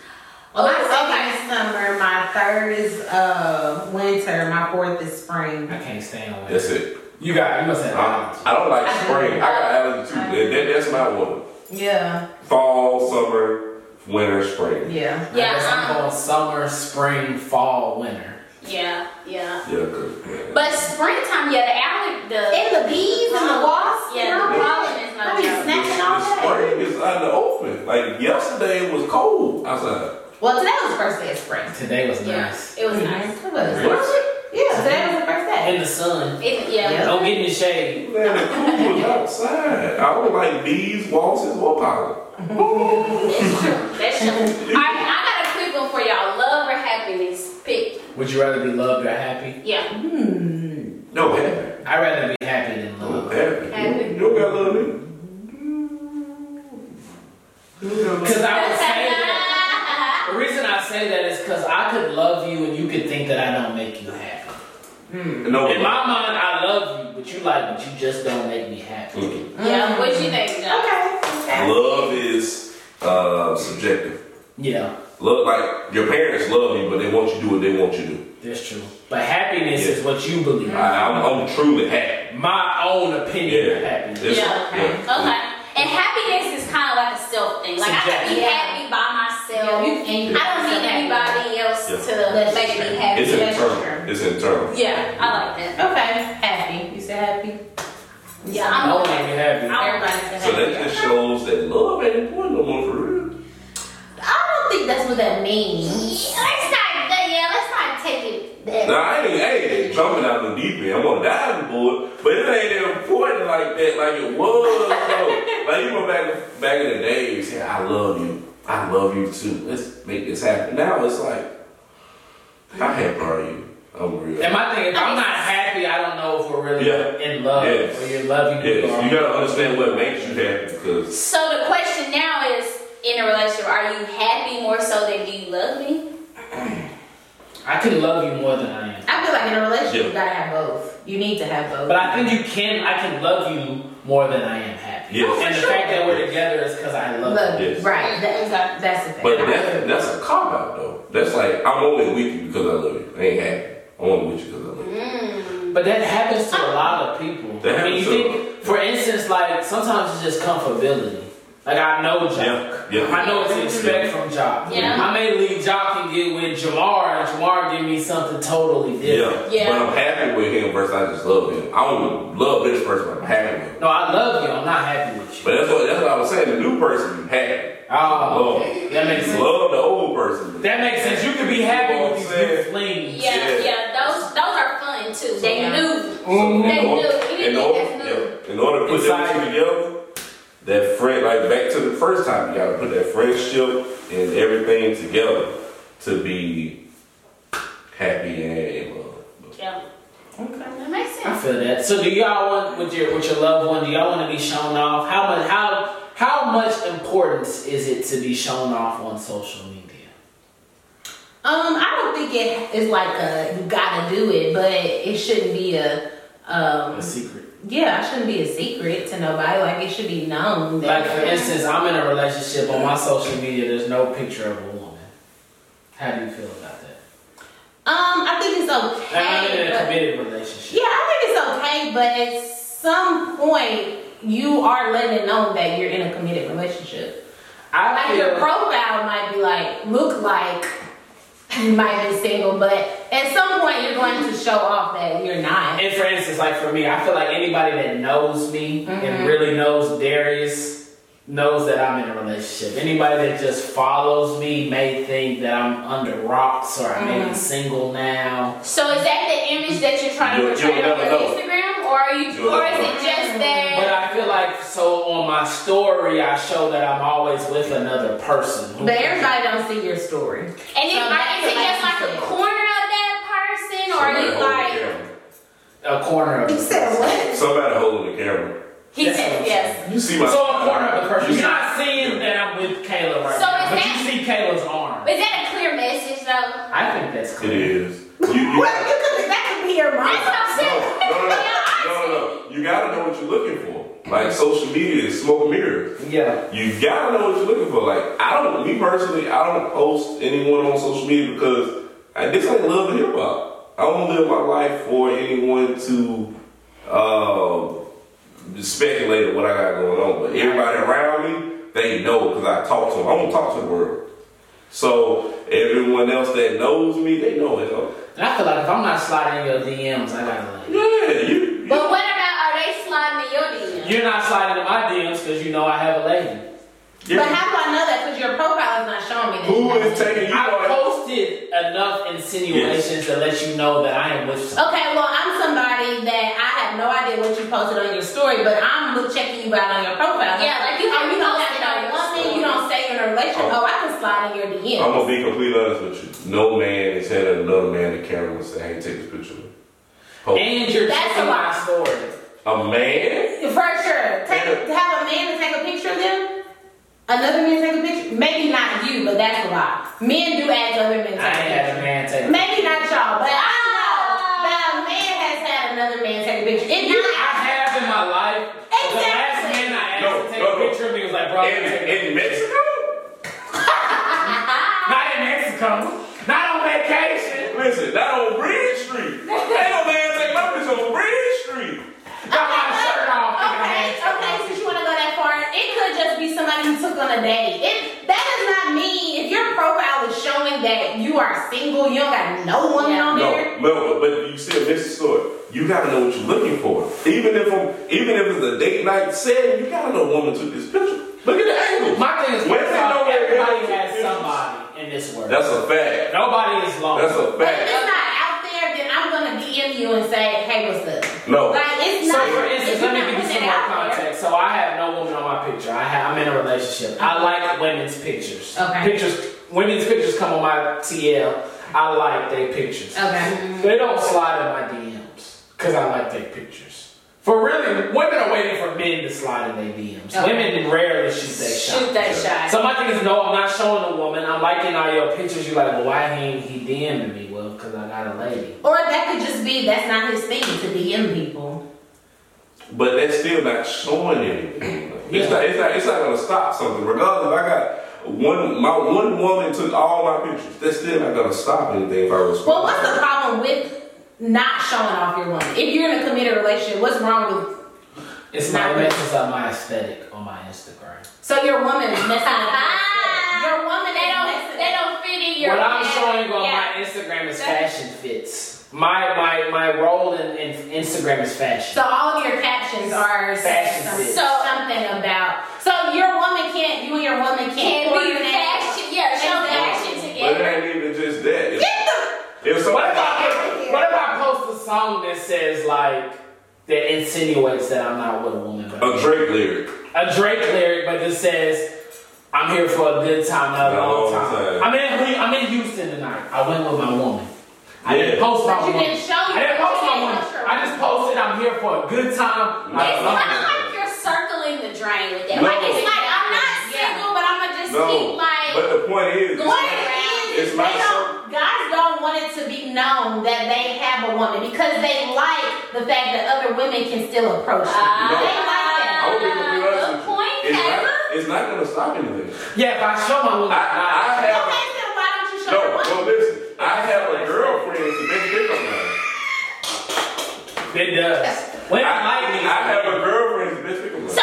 F: Well,
E: oh, Okay.
F: my second is summer, my third is uh winter, my fourth is spring.
C: I can't stand away.
D: That's it.
C: You got you must have
D: I, I don't like spring. I got allergy too. That, that, that's my one.
F: Yeah,
D: Fall, summer, winter, spring.
F: yeah.
C: I guess I'm
E: Yeah, um,
C: going summer, spring, fall, winter.
E: yeah, yeah.
D: Yeah, cause, man.
E: But springtime, yeah, the alley, the
F: And the bees and the wasps.
E: yeah, the pollen is
F: I
E: not
F: be
E: joke.
F: snacking all
D: The
F: day.
D: spring is out in the open. Like yesterday was cold outside.
F: Well, today was the first day of spring.
C: Today was
E: Yeah,
C: nice.
E: it was nice.
F: It was.
D: Was it?
F: Yeah, today was the first day.
C: In the sun.
E: It, yeah.
C: Don't get in the shade.
D: Man, the cool was outside. I don't like bees, waltzes, or pollen.
E: That's true. That's true. All right, I got a quick one for y'all. Love or happiness? Pick.
C: Would you rather be loved or happy?
E: Yeah.
F: Hmm.
D: No happy.
C: I'd rather be happy than
D: No
C: loved.
D: happy.
E: Happy.
D: You don't got love me.
C: Because I would say that. The reason I say that is because I could love you and you could think that I don't make you happy.
D: No.
C: In my mind, I love you, but you like, but you just don't make me happy.
E: yeah. What you think, John?
F: Okay. okay.
D: Love is uh, subjective.
C: Yeah,
D: Love, like your parents love you, but they want you to do what they want you to do.
C: that's true. But happiness
D: Yeah.
C: is what you believe.
D: I, I'm, I'm truly happy.
C: My own opinion of
D: Yeah.
C: happiness.
D: It's-
E: Yeah,
F: okay.
E: Okay. And happiness is kind of like a self thing. Like I can be
C: Subjective.
E: happy by myself.
F: Yeah, you- and you-
E: I don't need anybody else
D: Yeah.
E: to
F: That's
E: make me
F: true.
E: happy.
D: It's
F: Yeah,
D: internal.
F: sure.
D: It's internal.
E: Yeah, I like that.
F: Okay. Happy. You said happy?
E: Yeah, I'm
C: No one
E: okay.
C: make me happy.
E: I don't-
F: Everybody said
D: So that
F: happy.
D: just shows that love ain't important no more for real.
F: I don't think that's what that means.
E: Yeah, let's not. Yeah, let's not take it. That.
D: Now I ain't, I ain't jumping out the deep end. I'm gonna dive in board, but it ain't important like that, like it was. though. like even back back in the day, you said, "I love you, I love you too. Let's make this happen." Now it's like, "How happy are you?" I'm real.
C: And my thing, if I'm not happy, I don't know if we're really
D: Yeah.
C: in love
D: Yes.
C: or you're loving people.
D: yes, you gotta understand what makes you happy because
E: So the question now is, in a relationship, are you happy more so than do you love me?
C: I could love you more than I am.
F: I feel like in a relationship, you gotta have both. You need to have both.
C: But I think you can, I can love you more than I am happy.
D: Yes.
C: And the
D: Sure.
C: fact that we're together is because I love,
F: Look,
D: Yes.
F: right. That, that's the thing.
D: But that, that's a cop out though. That's like I'm only with you because I love you. I ain't happy. I'm only with you because I love you.
C: you. But that happens to a lot of people.
D: That
C: I mean, you
D: happens to a
C: think, for instance, like sometimes it's just comfortability. Like I know Jock.
D: Yeah, yeah.
C: I know what to expect from Jock.
E: Yeah.
C: I may leave Jock and get with Jamar, and Jamar give me something totally different.
D: Yeah.
E: Yeah.
D: But I'm happy with him versus I just love him. I don't love this person, but I'm happy with him.
C: No, I love you. I'm not happy with you.
D: But that's what that's what I was saying. The new person you happy.
C: Oh,
D: Love.
C: okay. that makes sense.
D: Love the old person.
C: That makes sense. You could be happy with these new flings.
E: Yeah, yeah.
D: Yeah.
E: those those are fun too. They
F: Yeah.
E: new.
D: So
E: They
D: in order,
E: new.
D: in
E: Anything that's new.
D: order, yeah, in order to put them two
C: Inside.
D: together, that friend like back to the first time you gotta put that friendship and everything together to be happy and in love.
E: Yeah.
F: Okay.
E: That makes
C: I
E: sense.
C: feel that. So do y'all want with your with your loved one? Do y'all want to be shown off? How much how how much importance is it to be shown off on social media?
F: Um, I don't think it is like a you gotta do it, but it shouldn't be a um
C: A secret.
F: yeah, it shouldn't be a secret to nobody. Like it should be known
C: Like
F: that
C: for instance, I'm in a relationship on my social media. There's no picture of a woman. How do you feel about that?
F: um I think it's
C: Like, I'm in
F: okay.
C: a
F: but-
C: committed relationship.
F: yeah, I think it's okay, but at some point you are letting it known that you're in a committed relationship.
C: I
F: Like your
C: feel
F: profile might be like look like you might be single, but at some point you're going to show off that you're not.
C: And for instance, like for me, I feel like anybody that knows me
E: Mm-hmm.
C: and really knows Darius knows that I'm in a relationship. Anybody that just follows me may think that I'm under rocks or I'm
E: Mm-hmm.
C: maybe single now.
E: So is that the image that you're trying
D: You'll-
E: to portray
D: you'll
E: on
D: never
E: your
D: know.
E: Instagram, or are you,
D: You'll
E: or is
D: never
E: it
D: know.
E: just
C: But
E: that?
C: I feel like so on my story, I show that I'm always with another person. who-
F: But everybody don't see your story.
E: And if, like, is
F: So that's
E: it
F: what
E: just
F: I
E: like a
F: said.
E: corner of that person, or are
D: Somebody
E: you
D: holding the
E: like?
D: camera.
C: a corner of the person.
F: what?
D: Somebody holding the camera.
E: He
C: That's
E: said
C: what
E: yes.
D: You see my.
C: So a corner of the person.
D: You
C: You're
D: see-
C: not seeing that I'm with Kayla right
E: So
C: now,
E: is
C: but
E: that-
C: you see Kayla's arm.
E: Is that a clear message though?
C: I think that's
D: It
C: clear.
D: is. You, you,
F: Well, you could that could be your
E: That's what I'm
F: mom.
D: No,
E: saying.
D: no, no,
E: Yeah,
D: no,
E: I
D: no, no, no. You gotta know what you're looking for. Like social media is smoke and mirrors.
C: Yeah.
D: You gotta know what you're looking for. Like I don't, me personally, I don't post anyone on social media because I, this ain't love and hip hop. I don't live my life for anyone to uh, speculate on what I got going on. But everybody around me, they know because I talk to them. I don't talk to the world. So everyone else that knows me, they know it.
C: And I feel like if I'm not sliding in your DMs, I gotta like.
D: Yeah, you.
E: But what about are they sliding in your DM?
C: You're not sliding in my DMs because you know I have a lady.
D: you
F: But how do I know that? Because your profile is not showing me. that
D: Who
F: you're not
D: is taking you
C: I
D: on?
C: posted enough insinuations to let you know that I am with someone.
F: Okay, well, I'm somebody that I have no idea what you posted on your story, but I'm look- checking you out on your profile.
E: Yeah, like, you
F: oh, you don't have
E: posted on
F: no
E: your
F: one thing,
E: story.
F: you don't say you're in a relationship. Oh, I can slide in your DM.
D: I'm gonna be completely honest with you. No man is handing another man the camera and say, "Hey, take this picture." of me." Oh,
C: And you're
E: That's
C: checking
E: a
C: my
E: lie.
C: story.
D: a man?
F: For sure. Take, to have a man to take a picture of them? Another man take a picture? Maybe not you, but that's a lot. Men do ask other men
C: I
F: to
C: ain't
F: take a
C: had a
F: picture.
C: man take
F: Maybe not y'all, but I know
E: Ah.
F: that a man has had another man take a picture. If you
C: I have in my life. The last
F: Exactly.
C: man I asked
D: No,
C: to take
D: no, no.
C: a picture of me was like, bro, I'm
D: In,
C: gonna take a-
D: in Mexico?
C: not in Mexico, not on vacation.
D: Listen, not on Bridge Street. Ain't no man take my picture on Bridge Street.
C: Got my shirt off. thinking I
F: Okay,
C: had to.
F: okay, since you want to go that far, it could just be somebody you took on a date. It that does not mean if your profile is showing that you are single, you don't got no woman on there.
D: No, no, but you still miss the story. You gotta know what you're looking for. Even if I'm, even if it's a date night setting, you gotta know a woman took this picture. Look at the angle.
C: My thing is,
D: Women know where
C: everybody
D: everything
C: has
D: is.
C: somebody in this world.
D: That's a fact.
C: Nobody is lonely.
D: That's a
F: But if
D: fact.
F: it's not out there, then I'm gonna DM you and say, hey, what's up?
D: No.
F: Like it's
C: So
F: not.
C: for
F: it's
C: instance, let me
F: not
C: give you
F: putting
C: some
F: it
C: more
F: out there.
C: context. So I have no woman on my picture. I have, I'm in a relationship. I like women's pictures.
F: Okay.
C: Pictures. Women's pictures come on my TL. I like their pictures.
F: Okay.
C: They don't slide in my DMs because I like their pictures. For really, women are waiting for men to slide in their DMs.
F: Okay.
C: Women rarely shoot their shot.
E: Shoot that shot.
C: So my thing is, no, I'm not showing a woman. I'm liking all your pictures. You're like, well, why ain't he DMing me? Well, because I got a lady.
F: Or that could just be that's not his thing to DM people.
D: But that's still not showing anything.
C: Yeah.
D: It's not. It's not. It's not gonna stop something. Regardless, I got one. My one woman took all my pictures. That's still not gonna stop anything if I respond.
F: Well, what's the problem with not showing off your woman? If you're in a committed relationship, what's wrong with
C: It's my it messes up my aesthetic on my Instagram.
F: So your woman is messing up. Your woman
E: Ah! They don't, they don't fit in your.
C: what I'm
E: yeah,
C: showing on
E: yeah.
C: my Instagram is fashion fits. My my my role in, in Instagram is fashion.
F: So all of your captions are
C: Fashion
F: some-
C: sense.
F: so something about. So your woman can't. You and your woman can't,
E: Can't be
F: coordinate.
E: fashion. Yeah, show
F: Exactly.
E: fashion
D: But it
E: together.
D: ain't even just that. If, if
C: what if
D: somebody,
C: I what if I post a song that says like that insinuates that I'm not with a woman, but
D: a Drake lyric.
C: a Drake lyric, but just says I'm here for a good time, not a long time. I'm in Hu- I'm in Houston tonight. I went with my woman. I didn't
D: Yeah.
C: post my
F: But you
C: woman.
F: didn't show
C: I didn't
F: your-
C: post
F: you
C: my
F: didn't
C: woman.
F: post your-
C: I just posted I'm here for a good time, not
E: It's
C: a long
E: kind of
C: time.
E: like you're circling the drain with that.
D: No.
E: Like it's like I'm not
F: Yeah.
E: single, but I'm gonna just
D: No.
E: keep like.
D: But the point is,
E: Go
F: What
D: it's
F: it is
D: It's
F: is
D: my
F: they don't. Guys don't want it to be known Um, that they have a woman because they like the fact that other women can still approach them.
E: Ah,
F: They like
D: I
F: that.
D: hope people be honest with
E: Good
D: you.
E: point,
D: It's not,
E: Kayla.
D: it's not gonna stop anything.
C: Yeah, if I show my woman,
D: I,
C: I-
D: I have.
F: Okay, then why don't you show your
D: No,
F: woman?
D: no, listen. I have a girlfriend to make dick on her.
C: It does. When
D: I,
C: I, like me,
D: I have a girlfriend to bitch pick on her.
E: So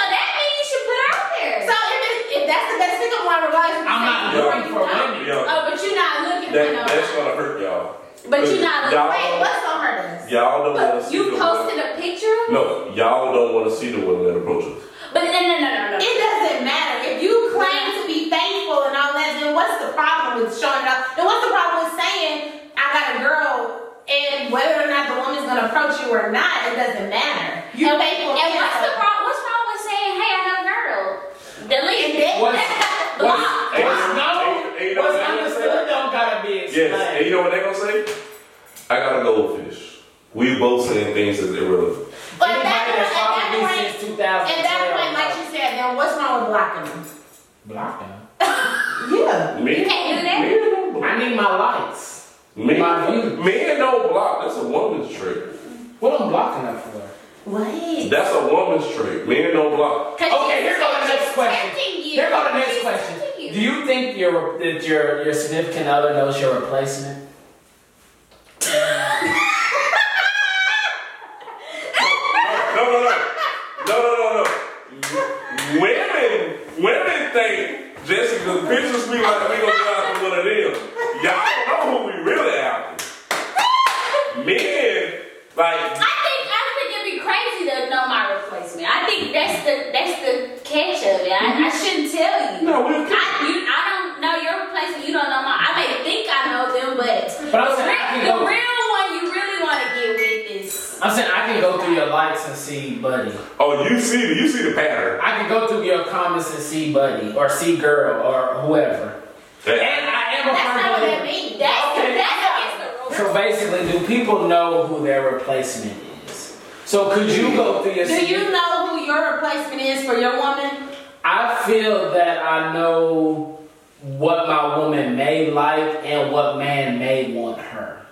F: that's the best pickup line regardless.
C: I'm not looking for women.
D: Y'all,
F: Oh, but you're not looking for
D: that,
F: no.
D: that's gonna hurt y'all.
E: But you're not
D: Y'all-
E: looking.
F: Wait, what's on her desk?
D: Y'all don't wanna
E: But
D: see
E: you
D: the women.
E: posted a picture?
D: No, y'all don't wanna see the women that approach us.
E: But no, no, no, no, no.
F: It doesn't matter. If you claim to be faithful and all that, then what's the problem with showing it up? Then what's the problem with saying, I got a girl, and whether or not the woman's gonna approach you or not, it doesn't matter. You're faithful.
E: And what's the
F: yeah.
E: problem? What's wrong with saying, hey, I got a girl? Delete it.
C: What's-
E: Block.
D: Ain't-
C: What's known,
D: ain't- ain't no
C: what's
D: man gonna say
C: understood
D: that.
C: don't gotta be explained.
D: Yes, and you know what they gonna say? I got a goldfish. We both saying things that's irrelevant.
F: But at
C: Anybody
F: that point,
C: that's
F: at
C: followed me
F: that point,
C: since
F: at
C: 2010,
F: that point, like you said, then what's wrong with blocking them?
C: block them.
F: Yeah.
D: Men,
E: can't do that.
D: men don't block.
C: I need my lights. My view.
D: Men, men don't block. That's a woman's trait.
C: What I'm blocking them for?
F: What?
D: That's a woman's trait. Men don't block.
C: Okay, here go the next question.
E: Tempting you.
C: Here go the next
E: She's
C: question.
E: tempting
C: Do you think your that your your significant other knows your replacement?
D: No, no, no, no, no, no, no. Women, women think just because pictures me like we gonna go out with one of them. Y'all don't know who we really out. with. Men, like
E: I think I think it'd be crazy to know my replacement. I think that's the that's the catch of it. I, I shouldn't tell you.
D: No, we-
E: I you, I don't know your replacement. You don't know mine. I may think I know them, but,
C: But I'm
E: the,
C: saying I
E: real,
C: can
E: the
C: go-
E: real one you really want to get with is
C: I'm saying I can go through your likes and see buddy.
D: oh, you see the you see the pattern.
C: I can go through your comments and see buddy or see girl or whoever. And
D: That-
C: I am a
F: That's not what
C: firm
F: that
C: believer.
F: means.
E: that's
C: Okay.
E: that's against the
C: So
E: rules.
C: basically, do people know who their replacement is? So could you go through your?
F: Do you know who your replacement is for your woman?
C: I feel that I know what my woman may like and what man may want her.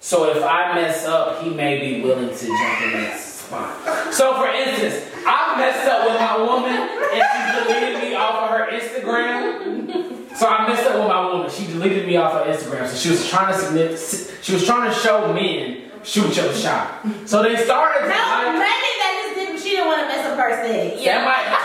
C: So if I mess up, he may be willing to jump in that spot. So for instance, I messed up with my woman and she deleted me off of her Instagram. So I messed up with my woman. She deleted me off her Instagram. So she was trying to significant, she was trying to show men shoot your shot. So they started to
F: No, maybe
C: like,
F: that just didn't, she didn't want to mess up her aesthetic.
C: that might-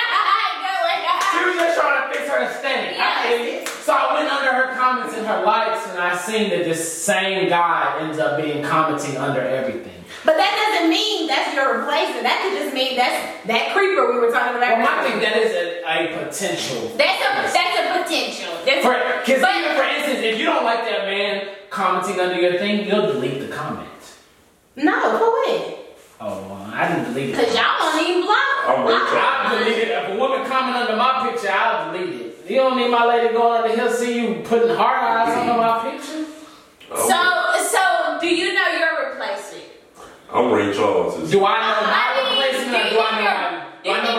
C: She
E: Good.
C: was just trying to fix her aesthetic. I get it. So I went under her comments and her likes, and I seen that this same guy ends up being commenting under everything.
F: But that doesn't mean that's your replacement. That could just mean that's that creeper we were talking about.
C: Well, I think that is a, a potential.
E: That's a that's a potential. That's
C: For, cause
E: but-
C: even for instance, if you don't like that man commenting under your thing, you'll delete the comment.
F: no, for what?
C: Oh, well, I didn't delete
E: Cause
C: it.
E: y'all won't even block.
D: I'm with y'all.
C: I delete it. If a woman comment under my picture, I'll delete it. You don't need my lady going under here see you putting hard eyes under my picture.
E: So so do you know your replacement?
D: I'm Ray Charles.
C: Do I know my
E: I mean,
C: replacement or
E: do
C: do
E: you
C: I know my,
E: think
C: do I know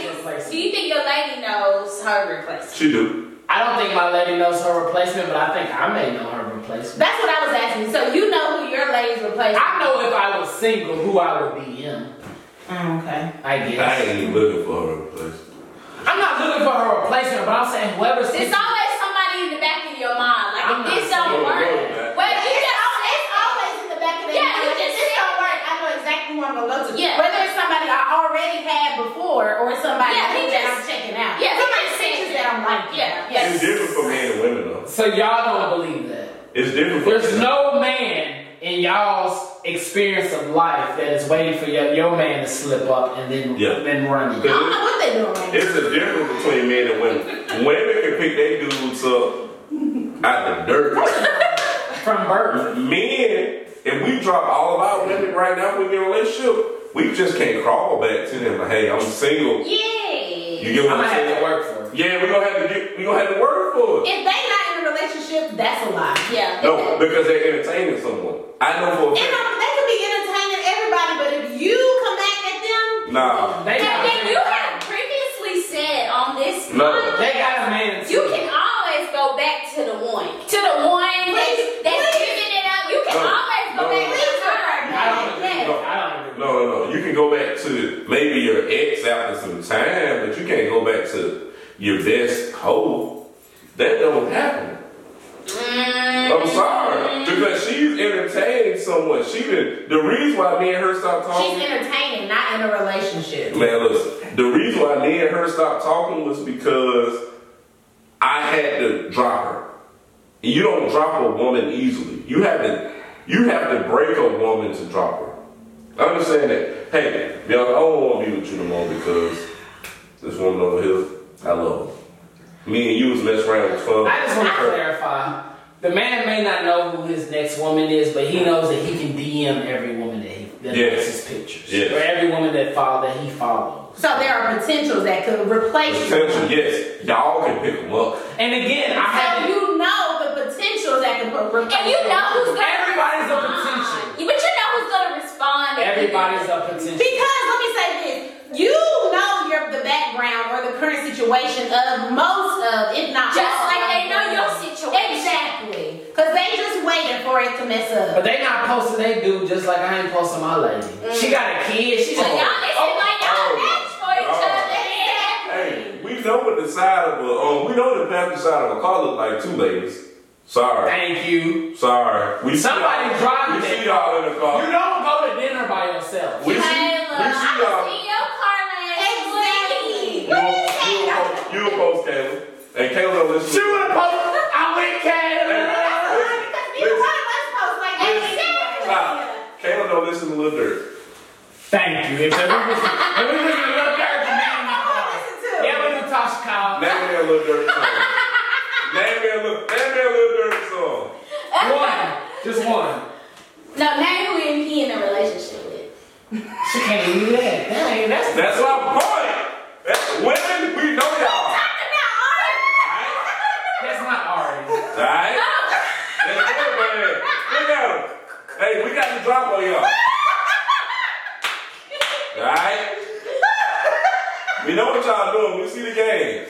E: your-
C: my lady's
E: do you think your
C: replacement?
E: Do you think your lady knows her replacement?
D: She do.
C: I don't think my lady knows her replacement, but I think I may know her replacement.
F: That's what I was asking. So you know who your lady's replacement?
C: I know if I was single, who I would DM.
F: Oh, okay.
C: I
D: I
C: guess.
D: ain't even looking for her replacement.
C: I'm not looking for her replacement, but I'm saying whoever's
E: It's
C: single.
E: always somebody in the back of your mind. Like
C: I'm
E: if this
C: not
E: don't
D: saying
E: work,
D: no, man.
E: well you
F: It's
E: just
F: always, it's always in the back of their
E: Yeah,
F: mind.
E: you just
F: this
E: said
F: don't work. I know exactly who I'm gonna go to.
E: Yeah.
F: Whether it's somebody I already had before or somebody
E: Yeah, he
F: new that
E: just-
F: I'm checking out.
E: yeah, he
F: Somebody
E: just
F: pictures
E: said
F: that
E: that.
F: I'm liking.
E: Yeah.
D: It's different for men and women though.
C: So y'all don't believe that.
D: It's different for
C: There's no man in y'all's experience of life that is waiting for your, your man to slip up and then
D: Yeah.
C: then run
F: I
C: you.
F: don't know what they're doing. right
D: It's a difference between men and women. Women can pick their dudes up out the dirt.
C: from birth.
D: Men, if we drop all of our women right now, we get in a relationship, we just can't crawl back to them like, hey, I'm single.
E: yeah.
D: You get
C: I'm
D: what
C: gonna
D: I'm
C: have to
D: saying?
C: work for it.
D: Yeah, we gonna have to get, we gonna have to work for it.
F: If they not in a relationship, that's a lie.
E: Yeah.
D: No, because they're entertaining someone. I know for a
F: And
D: fact.
F: um, they could be entertaining everybody, but if you come back at them,
D: Nah,
C: They
E: And
C: got,
E: then you have previously said on this
D: no.
C: they got a man.
E: you can always go back to the one. To the one that's, that's giving it up. You can
D: No,
E: always go
D: no.
E: back to her.
C: I don't agree.
D: No.
C: I don't agree.
D: No, no, no. You can go back to maybe your ex after some time, but you can't go back to your best hoe. That don't happen. I'm sorry. Because she's entertaining someone. She been the reason why me and her stopped
F: she's
D: talking.
F: entertaining, not in a relationship.
D: Man, listen. The reason why me and her stopped talking was because I had to drop her. And You don't drop a woman easily. You have to you have to break a woman to drop her. I understand that. Hey, Bianca, I don't want to be with you no more because this woman over here, I love her. Me and you was messing around with fun.
C: I just want to clarify. The man may not know who his next woman is, but he knows that he can DM every woman that he that
D: Yes.
C: likes his pictures,
D: Yes.
C: or every woman that follow that he follows.
F: So there are potentials that could replace
D: Potential, yes. Y'all can pick them up.
C: And again, I
F: So
C: have
F: you know the potentials that could put replace
E: And you know who's gonna
C: Everybody's a
E: respond.
C: potential.
E: But you know who's gonna respond.
C: everybody's a potential.
F: Because let me say this, you know your the background or the current situation of most of, if not
E: Just
F: all
E: like
F: of
E: they know
F: them.
E: your situation.
F: Exactly, because they just waiting for it to mess
C: But
F: up.
C: they not posting they do just like I ain't posting my lady. She got a kid. She
E: So
C: just,
E: Oh, y'all listen like y'all
D: Oh.
E: match for each
D: Oh.
E: other.
D: Hey, we know what the side of a um, we know what the back side of a car look like too, ladies. Sorry,
C: Oh, thank you.
D: sorry. We see
C: Somebody
D: y'all-
C: driving
D: We
C: that.
D: see y'all in the
C: You
D: car.
C: don't go to dinner by yourself.
D: We see, we
E: Taylor,
D: see
E: I
D: y'all.
E: was in your car last
F: Exactly.
E: week.
D: You post, you post Caleb, and Caleb don't listen.
C: She would have posted. I went Canada.
F: Neither one of us post like that.
D: Stop. Caleb don't listen to Lil Dirt.
C: Thank you. If we was, if we was a little dirty man,
F: Listen to it.
C: yeah, we Natasha
D: Name
C: Cobb.
D: me a Lil Dirt song. Name me a Lil, name me a Lil Dirt song.
C: One, just one.
E: No, now who in he in a relationship with?
C: She can't even do that. Dang, that's
D: That's my point. That's women. We know y'all. Alright?
C: that's not ours.
D: Alright? That's good, man. Look at him. Hey, we got the drop on y'all. Alright? We know what y'all doing. We see the games.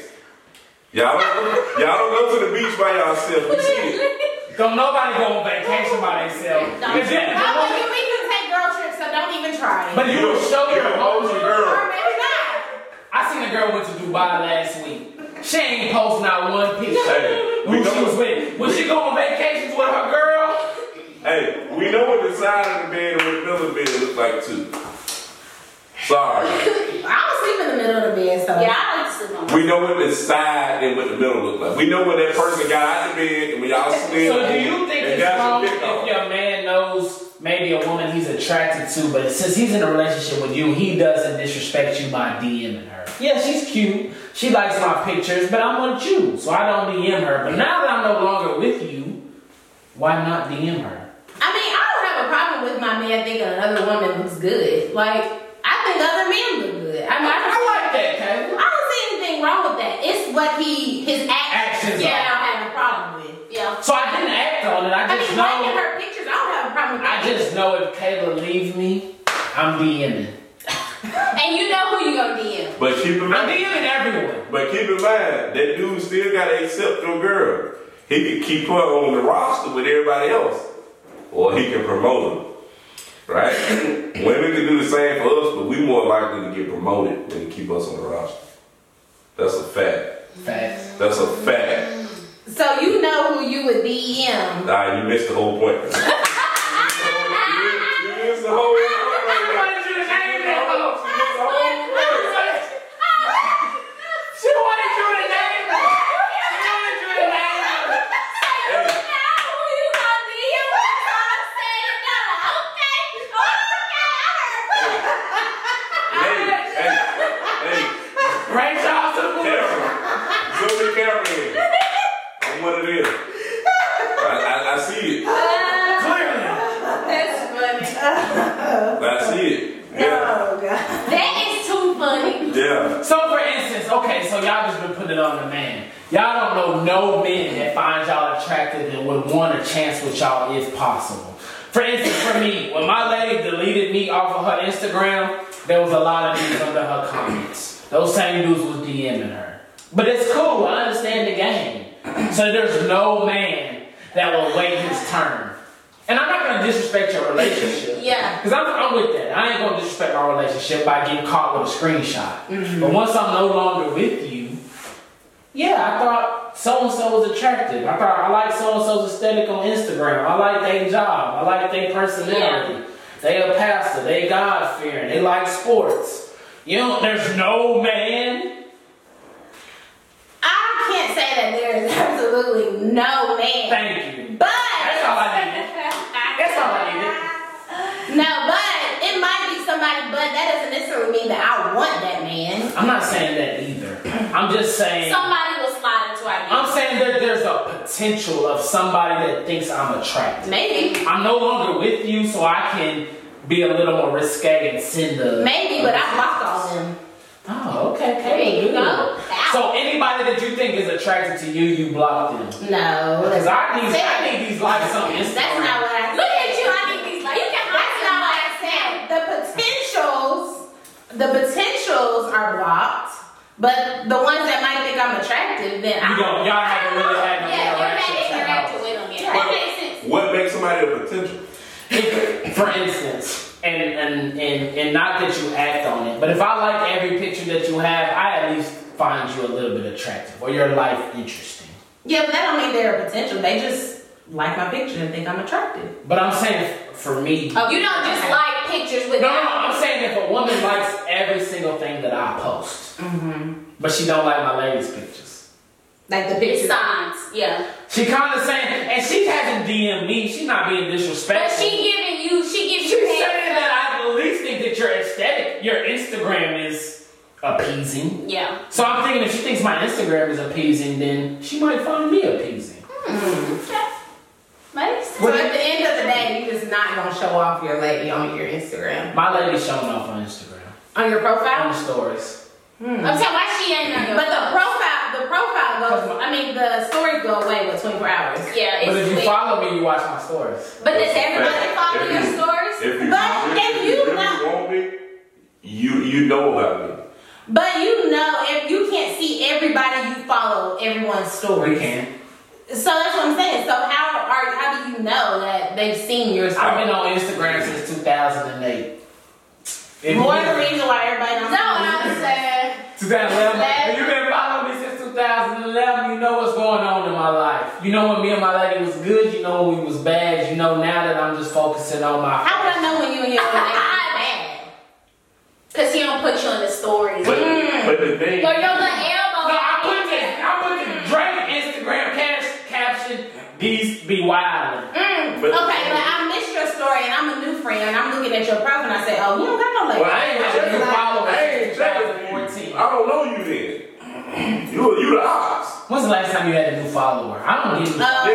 D: Y'all don't, y'all don't go to the beach by yourself. We see it.
C: Don't nobody go on vacation by themselves. But then if
F: How
C: the
F: about
C: woman-
F: you make them take girl trips? So don't even try.
C: But you will show
D: you
C: your
D: emoji
C: emotion.
F: or
D: girl.
F: maybe not.
C: I seen a girl went to Dubai last week. She ain't post not one picture.
D: Hey, we
C: Who she
D: know
C: was with? When she go on vacations with her girl?
D: Hey, we know what the side of the bed and what the middle of the bed look like too. Sorry.
F: I don't sleep in the middle of the bed, so
E: Yeah, I like to sleep on
D: We know what the side and what the middle look like. We know when that person got out of bed and when y'all slid.
C: So do you think
D: and
C: it's
D: got
C: wrong
D: your
C: if
D: dick off.
C: your man knows maybe a woman he's attracted to, but since he's in a relationship with you, he doesn't disrespect you by DMing her? Yeah, she's cute. She likes my pictures, but I'm with you, so I don't DM her. But now that I'm no longer with you, why not DM her?
F: I mean, I don't have a problem with my man thinking another woman looks good. Like, I think other men look good. I mean, I,
C: I
F: don't-
C: like that, Kayla.
F: I don't see anything wrong with that. It's what he his actions.
C: Actions
F: Yeah,
C: are.
F: I don't have a problem with.
E: Yeah.
C: So I didn't act on it.
F: I
C: I just
F: mean,
C: know.
F: liking her pictures, I don't have a problem with.
C: I
F: that.
C: just know if Kayla leaves me, I'm DMing.
E: And you know who you gonna DM.
D: But keep in
C: I'm
D: mind,
C: DMing everyone.
D: but keep in mind, that dude still gotta accept your girl. He can keep her on the roster with everybody else, or he can promote her. Right? Women can do the same for us, but we more likely to get promoted than to keep us on the roster. That's a fact.
C: Facts.
D: That's a fact.
F: So you know who you would DM.
D: Nah, you missed the whole point. you missed the whole point right there.
C: wanted you to name that hoe.
D: You missed the whole point.
C: She wanted you to name her. She wanted you to name her.
D: Hey.
F: Oh,
D: Hey, hey, hey,
C: Ray Charles to the moon.
D: camera. Zoom the camera in. I'm what it is. I, I, I see it.
C: Clearly.
D: I see it. Yeah.
F: Oh god.
D: Yeah.
C: So for instance, okay, so y'all just been putting it on the man. Y'all don't know no men that find y'all attractive and would want a chance with y'all if possible. For instance, for me, when my lady deleted me off of her Instagram, there was a lot of dudes under her comments. Those same dudes was DMing her. But it's cool, I understand the game. So there's no man that will wait his turn. And I'm not gonna disrespect your relationship.
F: Yeah.
C: Because I'm, I'm with that. I ain't going to disrespect our relationship by getting caught with a screenshot. But once I'm no longer with you, yeah, I thought so and so was attractive. I thought I like so and so's aesthetic on Instagram. I like their job. I like their personality. They a pastor. They God fearing. They like sports. You know, there's no man.
F: I can't say that there is absolutely no man.
C: Thank you.
F: But
C: That's all I needed. That's all I needed.
F: no, but it might be somebody, but that doesn't necessarily mean that I want that man.
C: I'm not saying that either. I'm just saying.
E: Somebody will slide into our DMs.
C: I'm saying that there's a potential of somebody that thinks I'm attractive.
F: Maybe.
C: I'm no longer with you, so I can be a little more risque and send the.
F: Maybe, but I blocked all them.
C: Oh, okay. okay,
F: There you
C: good.
F: go.
C: So anybody that you think is attracted to you, you block them.
F: No.
C: Because I need,
F: That's-
C: I need these likes on Instagram.
F: That's not what I said.
E: Look at you, I need these like you can
F: That's not what I said. The potentials, the potentials are blocked, but the ones that might think I'm attractive, then
C: You
F: I
C: don't, y'all haven't really had no
E: Yeah, you
C: interactions.
E: haven't interacted with them yet. That makes sense.
D: What makes somebody a potential?
C: If, for instance, and, and and and not that you act on it, but if I like every picture that you have, I at least find you a little bit attractive or your life interesting.
F: Yeah, but that don't mean they're a potential. They just like my picture and think I'm attractive.
C: But I'm saying for me, no,
E: You don't just like pictures
C: no,
E: with
C: no, I'm saying if a woman likes every single thing that I post,
E: Mm-hmm.
C: but she don't like my latest pictures.
F: Like the
E: it's
F: picture.
E: signs. Yeah.
C: She kind of saying, and she hasn't DM me. She's not being disrespectful.
E: But she giving you she
C: She's
E: gives you
C: saying that I at least think that your aesthetic, your Instagram is appeasing.
E: Yeah.
C: So I'm thinking if she thinks my Instagram is appeasing, then she might find me appeasing.
E: Makes
F: So
E: sense.
F: at the end of the day, you're just not gonna show off your lady on your Instagram,
C: My lady's showing off on Instagram.
F: on your
C: On the
F: profile.
C: stories.
E: I'm saying why she ain't on your
F: But the profile, the profile goes. I mean, the stories go away with 24 hours.
E: Yeah, it's
C: But if you
E: weird.
C: follow me, you watch my stories.
E: But does everybody
D: If
E: follow
D: you-
E: your stories?
D: If you,
F: But
D: if,
F: if you
D: really
F: not-
D: want me, you you know about me.
F: But you know, if you can't see everybody, you follow everyone's story.
C: We can.
F: So that's what I'm saying. So how are how do you know that they've seen your
C: I've
F: story?
C: been on Instagram since 2008. If
F: More
C: you-
F: the reason why everybody don't.
E: No, I'm saying
C: 2011.
E: Last-
C: If you've been following me since 2011, you know what's going on in my life. You know when me and my lady was good. You know when we was bad. You know now that I'm just focusing on my.
F: How would I know when you and your lady are bad?
E: because he don't put you in the stories.
D: But,
F: Mm.
D: but the thing,
E: Or your little elbow.
C: No, I put the I put the Drake Instagram cash, caption. These be wild.
F: Mm,
D: But-
F: okay, but I missed your story and I'm a new friend and I'm looking at your profile and I say, oh, you don't got no lady.
D: Well,
C: I ain't had new followers
D: I ain't
C: since
D: judging
C: 2014.
D: you. I don't know you then. You you the ops.
C: When's the last time you had a new follower? I don't get.
D: Yeah,
F: Uh,
D: that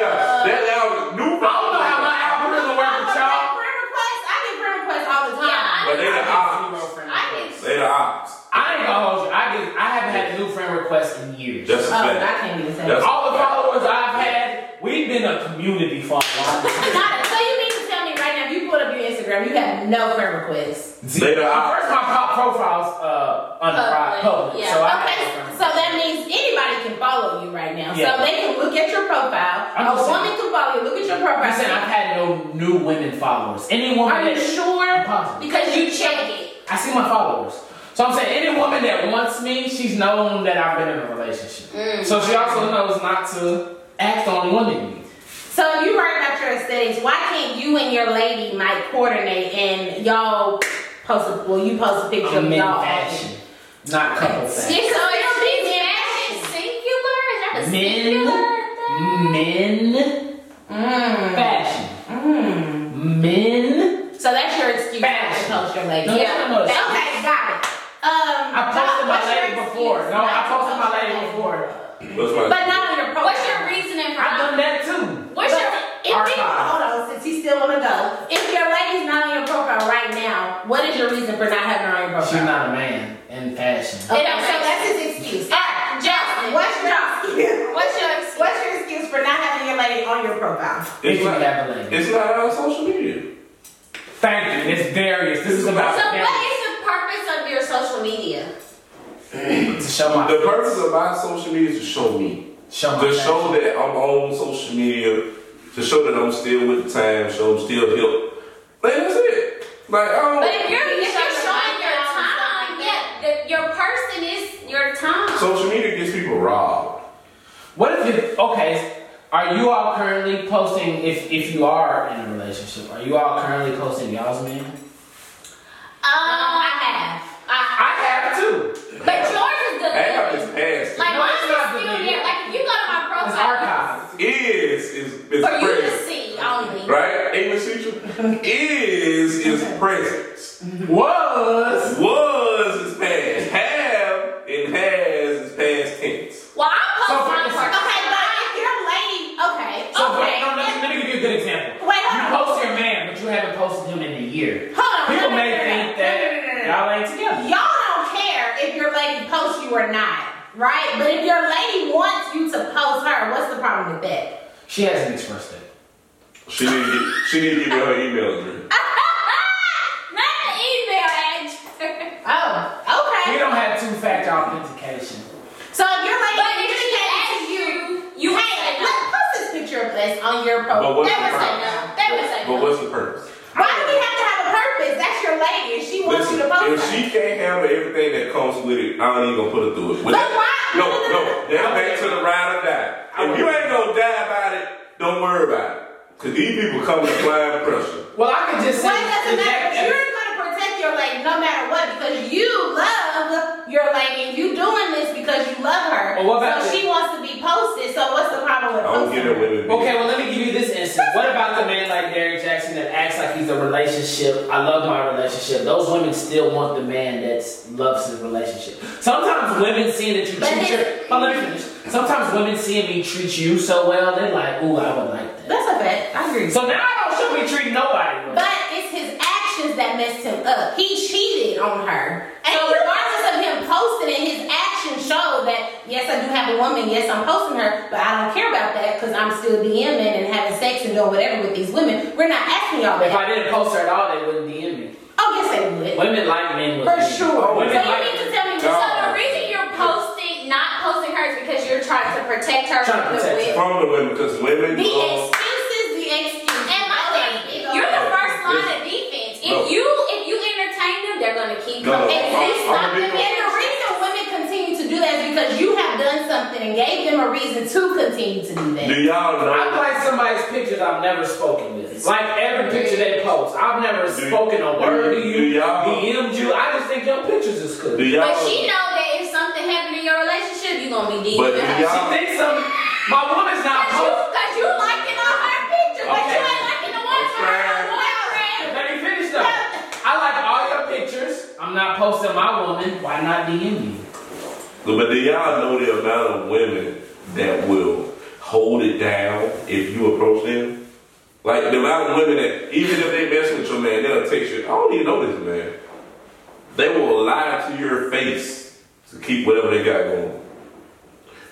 D: our
C: I
D: new.
C: don't know how my algorithm
F: I
C: works,
F: get
C: y'all.
F: friend requests. I get friend requests all the time.
E: Yeah,
D: But they the
C: Zero
D: ops.
C: friend
E: I
C: requests.
E: can
D: They the ops.
C: I ain't gonna hold you. I get. I haven't had a new friend request in years.
D: That's a
F: oh, I
D: fact.
F: can't even say
D: That's-
F: that.
C: All the followers I've had, we've been a community for a long time.
F: Not- So you mean to tell me right now, if you pulled up your Instagram, you have no friend requests.
D: They the ops.
C: First, my pop profile's uh, under public,
E: Public,
C: public
E: yeah.
C: so I
F: Okay,
C: have
F: so that means anybody can follow you right now.
C: Yeah.
F: So they can look at your profile.
C: I'm
F: a
C: just
F: woman
C: saying-
F: can follow you. Look at your
C: I'm
F: profile.
C: saying I've had no new women followers. Any woman
F: Are you
C: that
F: sure?
C: I'm positive.
E: because you check it.
C: I see my followers. So I'm saying any woman that wants me, she's known that I've been in a relationship.
F: Mm.
C: So she also knows not to act on wanting me.
F: So if you worry about your aesthetics, why can't you and your lady might coordinate and y'all post a well, you post a picture
C: I'm
F: of
C: in
F: y'all.
C: fashion, not couple fashion.
E: It's
F: It's
E: so
F: so
E: it's
F: easy.
E: been fashion singular. Is that a singular?
C: Men, men,
F: Mm.
C: fashion,
F: Mm.
C: men.
F: So that's your excuse not
C: Fashion.
F: to post your lady.
C: No,
E: Yeah,
C: no, no, no.
F: Okay, got it. Um,
C: I posted my
F: what's your
C: lady
F: excuse
C: before. No, I
F: not to
C: posted
F: post
C: my
F: your
C: lady before.
D: That's my.
F: But not on your profile.
E: What's your reasoning for
C: I've done that too.
E: What's
F: But
E: your
F: if people,
C: Archive.
F: hold on, since you still want to go, if your lady's not on your profile right now, what is your reason for not having her on your
C: She's
F: profile?
C: not a man in fashion.
F: Okay,
E: It don't
F: so
E: make
F: that's his excuse.
E: Ah, Justin,
F: What's your excuse?
E: what's your excuse?
F: What's your excuse for not having your lady on your profile?
C: If
D: It's
C: you
D: not.
C: have a lady.
D: It's not on social media.
C: Thank you. It's various. This is about
E: so
C: various.
E: what is the purpose of your social media?
C: to show my
D: The purpose of my social media is to show me.
C: show my
D: to
C: fashion.
D: show that I'm on social media, to show that I'm still with the time, show I'm still hip. Like that's it. Like I
E: But
D: don't.
E: if you're if you're showing your
F: Showing your
E: time,
F: time,
E: yeah, the, your person is your time.
D: Social media gets people robbed.
C: What if you okay? Are you all currently posting if if you are in a relationship? Are you all currently posting y'all's men?
E: Um,
F: Um, I have.
E: I,
C: I have
F: or not, right? But if your lady wants you to post her, what's the problem with that?
C: She hasn't expressed it.
D: She need to get, she need to give me her email address.
E: Not the email address.
F: Oh, okay.
C: We don't have two factor authentication.
F: So if your lady
E: But if she
F: communicates to
E: asks
F: you,
E: you, you
F: hey,
E: say
F: look,
E: no.
F: post this picture of us on your
D: But
F: profile.
D: what's the
E: They would say
D: purpose?
E: no. They would say
D: But
E: no.
D: what's the purpose?
F: Why do we have to have a purpose? That's your lady, and she wants
D: Listen,
F: you to post
D: if
F: her.
D: she can't handle everything that comes with it, I ain't even gonna put her through it. With
F: But
D: that-
F: why-
D: No, no, that's back to the ride or die. If you ain't gonna die about it, don't worry about it. Cause these people come with blind pressure.
C: Well, I could just say.
F: Well, it doesn't
C: if
F: matter.
C: that-
F: You're going to protect your lady no matter what because you love your lady and you doing this because you love her.
D: Oh,
C: Well, what about
F: so she wants to be posted. So what's the problem
D: I
F: with
D: don't
F: posting?
D: get it
F: her?
D: women.
C: Okay, well, let me give you this instance. What about the man like Derek Jackson that acts like he's a relationship? I love my relationship. Those women still want the man that loves his relationship. Sometimes women seeing that you
F: But
C: treat your.
F: his-
C: Oh, let me finish. Sometimes women seeing me treat you so well, they're like, ooh, I would like that.
F: That's a fact. I agree.
C: So now I don't should be treating nobody well.
F: but it's his actions that messed him up. He cheated on her. And so
E: And-
F: regardless of him posting it, his actions show that yes, I do have a woman. Yes, I'm posting her, but I don't care about that because I'm still DMing and having sex and doing whatever with these women. We're not asking y'all
C: If
F: that.
C: I didn't post her at all, they wouldn't DM me.
F: oh yes, they would.
C: Women like men with
F: For
C: men.
F: sure.
E: So
C: Women
E: you
C: like
E: need to tell me. So the
D: God.
E: reason you're posting, not posting her, is because you're trying to protect her
C: Trying to
E: from the
C: protect her.
E: witch.
D: From the women, because women
F: The
D: love.
F: excuses, the excuses.
E: And my thing, you're the first line of defense. If
D: No.
E: you if you entertain them, they're gonna keep
D: No, no,
E: coming.
D: I'm-
E: And this
D: I'm
E: not
D: a
E: the
D: big-
F: And the reason women continue to do that is because you have done something and gave them a reason to continue to do that.
D: Do y'all
C: I
D: know?
C: like somebody's pictures I've never spoken with. Like every picture they post, I've never
D: Do-
C: spoken a word to
D: do
C: you,
D: y'all-
C: DM'd you. I just think your pictures is
D: Do
C: good.
D: y'all?
E: But she know that if something happened in your relationship, you're gonna be deep.
D: But do
C: She
D: y'all?
C: thinks some. My woman's not posting.
E: Cause you liking all her pictures, but you ain't liking the one for her boyfriend.
C: Let me finish though. I like all your pictures. I'm not posting my woman. Why not DM you?
D: But do y'all know the amount of women that will hold it down if you approach them? Like the amount of women that even if they mess with your man, they'll text you. I don't even know this man. They will lie to your face to keep whatever they got going.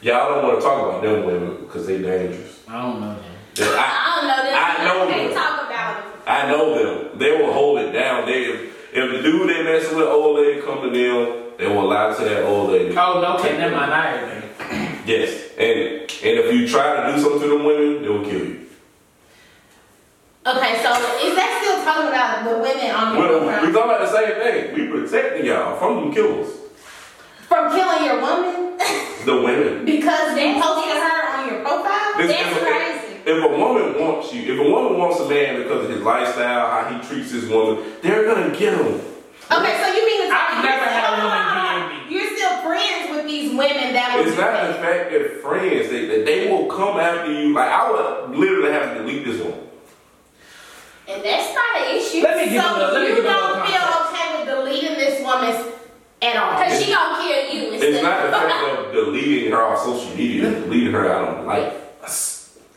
D: Y'all don't want to talk about them women because they dangerous.
C: I don't know. Them.
D: That I-
E: I don't know this.
D: I know
E: I can't
D: that.
E: talk about it.
D: I know them. They will hold it down. They if, if the dude they messing with old lady come to them, they will lie to that old lady.
C: Oh no, okay, never mind. I agree.
D: Yes, and and if you try to do something to them women, they will kill you.
F: Okay, so is that still talking about the women on
D: We
F: your
D: don't- we
F: profile?
D: talking about the same thing. We protecting y'all from them killers,
F: From killing your woman
D: the women.
F: because you
E: That's-
F: posted her on your profile?
D: This-
E: That's
D: if,
E: crazy.
D: If a woman wants you, if a woman wants a man because of his lifestyle, how he treats his woman, they're gonna get him.
F: Okay, so you mean to-
C: I've never had a woman DM me.
F: You're still friends with these women that were
D: It's not the fact that friends they, that they will come after you. Like I would literally have to delete this one.
E: And that's not an issue.
C: Let me give
F: so
C: you. a- Let me
F: you
C: give you. a
F: don't feel
C: context.
F: okay with deleting this woman's at all.
E: Cause she gonna kill you instead.
D: It's not the fact of deleting her off social media, it's deleting her out of life.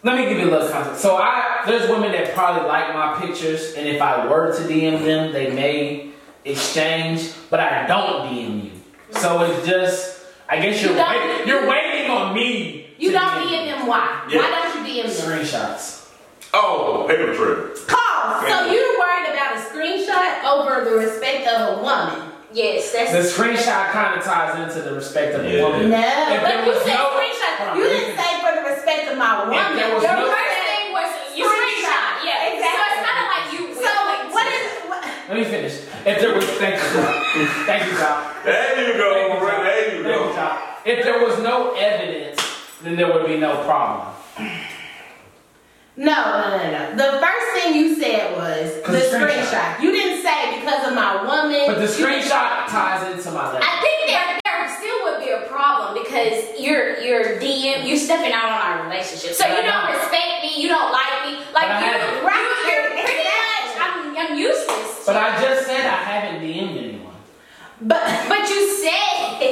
C: Let me give you a little context. So I there's women that probably like my pictures, and if I were to DM them, they may exchange, but I don't DM you. So it's just I guess
F: You
C: you're
F: don't-
C: wait, you're waiting on me.
F: You
C: to
F: don't DM them why?
D: Yeah.
F: Why don't you DM them?
C: Screenshots.
D: Oh, paper trail.
F: Cause so you worried about a screenshot over the respect of a woman.
E: Yes, that's.
C: The screenshot kind of ties into the respect of the
D: Yeah.
C: woman.
F: No,
C: If
F: but
C: there
F: you
C: was
F: said
C: no-
F: screenshot. You didn't say for the respect of my woman.
C: there was
F: Your
C: no-
F: first
E: First
F: thing-
E: thing was you
F: Screenshot.
E: screenshot. Yeah,
F: Exactly.
E: So it's kind of like you.
F: So what is? What,
C: Let me finish. If there was thank you, thank you, Doc.
D: There you
C: Thank
D: go,
C: you,
D: bro.
C: Doc.
D: Oh, There you
C: Thank you,
D: go.
C: Doc. If there was no evidence, then there would be no problem.
F: no, no, no, no. The first thing you said was the
C: 'Cause the
F: screenshot.
C: screenshot.
F: You didn't say because of my woman.
C: But the
F: You didn't-
C: screenshot ties into my letter.
E: I think there there still would be a problem because you're you're DM you're stepping out on our relationship. So you don't respect me. You don't like me. Like
C: But I
E: you,
C: have it.
E: you you're pretty much I'm I'm useless.
C: But I just said I haven't DM'd anyone.
F: But
E: But you said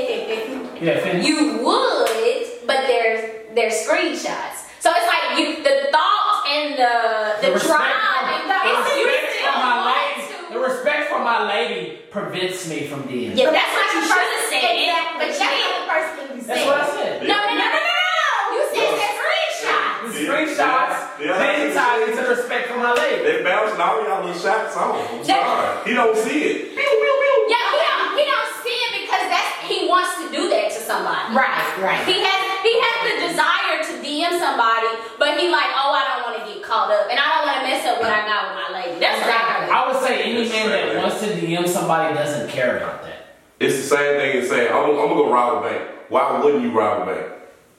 C: Yeah, finish.
E: you would, but there's there's screenshots. So it's like you the thoughts and the the,
C: respect
E: drive
C: for-
E: and the,
C: the
E: it's- you
C: respect for
E: still
C: my
E: want
C: lady,
E: to.
C: the respect for my lady prevents me from doing.
E: Yeah, that's what you first said.
G: Exactly.
E: But
G: But that's
E: you
G: not
E: didn't.
G: the first thing you
C: That's
G: said.
C: what I said.
E: No, no, no, no, no, no. You said that screenshot.
C: The
D: Yeah.
C: screenshots,
D: Yeah.
C: they tied into respect for my lady.
D: They bouncing all y'all little shots on. I'm
E: Yeah.
D: sorry. He don't see it.
E: Yeah, he don't, he don't see it because that's he wants to do that to somebody.
F: Right, right.
E: He has he has the desire to DM somebody, but he like, oh, I don't want to get caught up, and I don't want to mess up what I got with my lady. That's right.
C: I would say any man that wants to DM somebody doesn't care about that.
D: It's the same thing as saying, I'm, I'm gonna go rob a bank. Why wouldn't you rob a bank?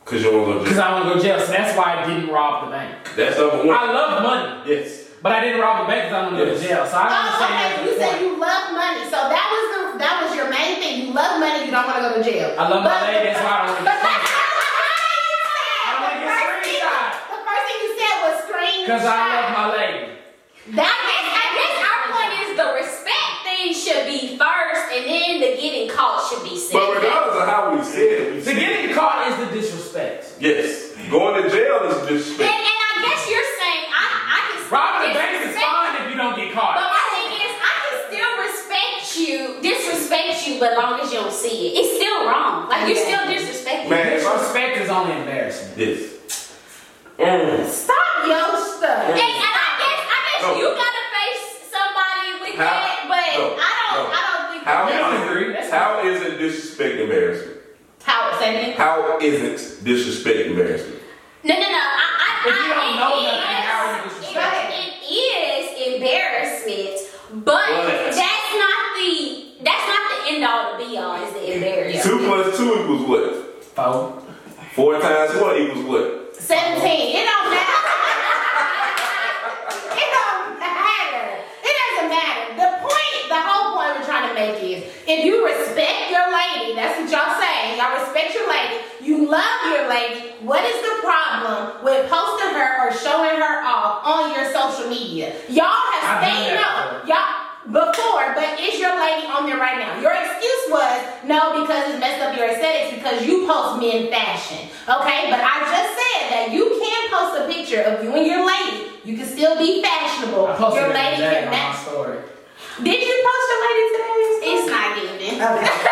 D: Because you don't want to
C: Because
D: go
C: I want to go to jail, so that's why I didn't rob the bank.
D: jail. That's number one.
C: I love money,
D: yes.
C: but I didn't rob the bank because I want to go to
D: Yes.
C: jail. So I don't
G: Oh, okay.
C: understand
G: You
C: that's the
G: said
C: point.
G: you love money, so that was the that was your main thing. You love money, you don't want to go to jail.
C: I love my
G: But-
C: lady, that's why I don't want to get
G: But-
C: screenshots. I don't want to get screenshots.
G: The first thing you said was screen.
C: Because I love my lady.
G: That
E: I
G: is
E: guess- I guess our point is the respect thing should be first, and then the getting caught should be second.
D: But regardless of how we said it, we
C: The
D: said it.
C: getting caught is the disrespect.
D: Yes. Going to jail is
E: And,
D: disrespect.
E: and I guess you're saying I, I can still
C: Robbing the bank is
E: disrespect-
C: fine if you don't get
E: But
C: caught.
E: my thing is, I can still respect you, disrespect you, but long as you don't see it, it's still wrong. Like you're still disrespecting.
D: Man, if I-
C: Disrespect is only embarrassment.
D: Yes. Mm.
G: stop your stuff.
E: And, and I guess, I guess
D: No.
E: you gotta face somebody with
D: How-
E: that, but
D: no,
E: I don't,
D: no.
E: I don't think.
D: How,
C: I don't agree. That's
D: how is it disrespect embarrassment?
F: How say it?
D: How isn't disrespect embarrassment?
E: No, no, no. I, I,
C: If
E: I,
C: you don't know
E: it
C: nothing,
E: is-
C: how are you disrespecting?
E: It, it is embarrassment, but
D: But-
E: that's not the that's not the end all to be all. Is the embarrassment?
D: Two plus two equals what?
C: Foe.
D: Four times one equals what?
G: Seventeen. It don't matter. it don't matter. It doesn't matter. The point, the whole point we're trying to make is, if you respect your lady, that's what y'all saying. Y'all respect your lady. You love your lady. What is the problem with posting her or showing her off on your social media? Y'all have
C: I've done
G: stayed
C: that
G: up. Y'all. Before, but is your lady on there right now? Your excuse was no because it's messed up your aesthetics because you post men fashion. Okay, but I just said that you can post a picture of you and your lady. You can still be fashionable.
C: I posted
G: Your
C: it
G: lady
C: today
G: can
C: on my
G: match.
C: story.
G: Did you post your lady today?
E: It's not giving.
C: Uh,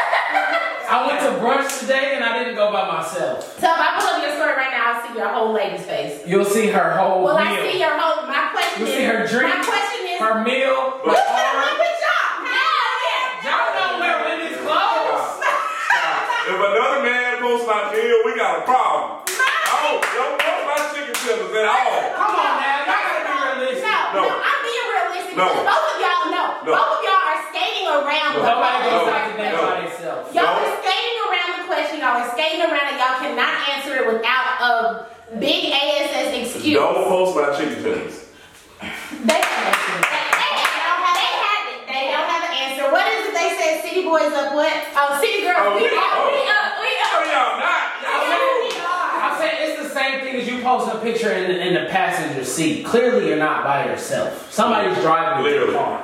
C: I went to brunch today and I didn't go by myself.
G: So if I pull up your story right now, I see your whole lady's face.
C: You'll see her whole
G: Well,
C: meal.
G: I see your whole. My question is.
C: You'll see her drink,
G: My question is.
C: her meal,
G: you
C: her
G: still
C: arm.
G: look at y'all? How
C: Y'all don't wear women's clothes.
D: If another man posts my meal, we got a problem. Oh, don't post my chicken tenders at all.
C: Come on now, y'all gotta be
G: No,
C: realistic.
G: no, I'm being realistic.
D: No.
G: because Both of y'all know.
D: No.
G: Both of y'all are skating around.
D: No.
G: the
C: Nobody goes
D: No,
C: out to bed
D: no.
C: by themselves.
G: Y'all
D: No.
G: are skating around the question. Y'all are skating around it. Y'all cannot answer it without a big ASS excuse.
D: Don't post my chicken tenders.
G: They, they, they don't have, they have it. They don't have an answer. What is it they said? City boys up what? Oh, city girls.
D: Oh,
G: we are.
D: we-
G: We
D: oh.
G: up. We
D: No,
G: up.
D: y'all not. Y'all
G: Yeah,
D: know.
G: we are.
C: I'm saying it's the same thing as you posting a picture in the, in the passenger seat. Clearly, you're not by yourself. Somebody's driving
D: Clearly.
C: the car.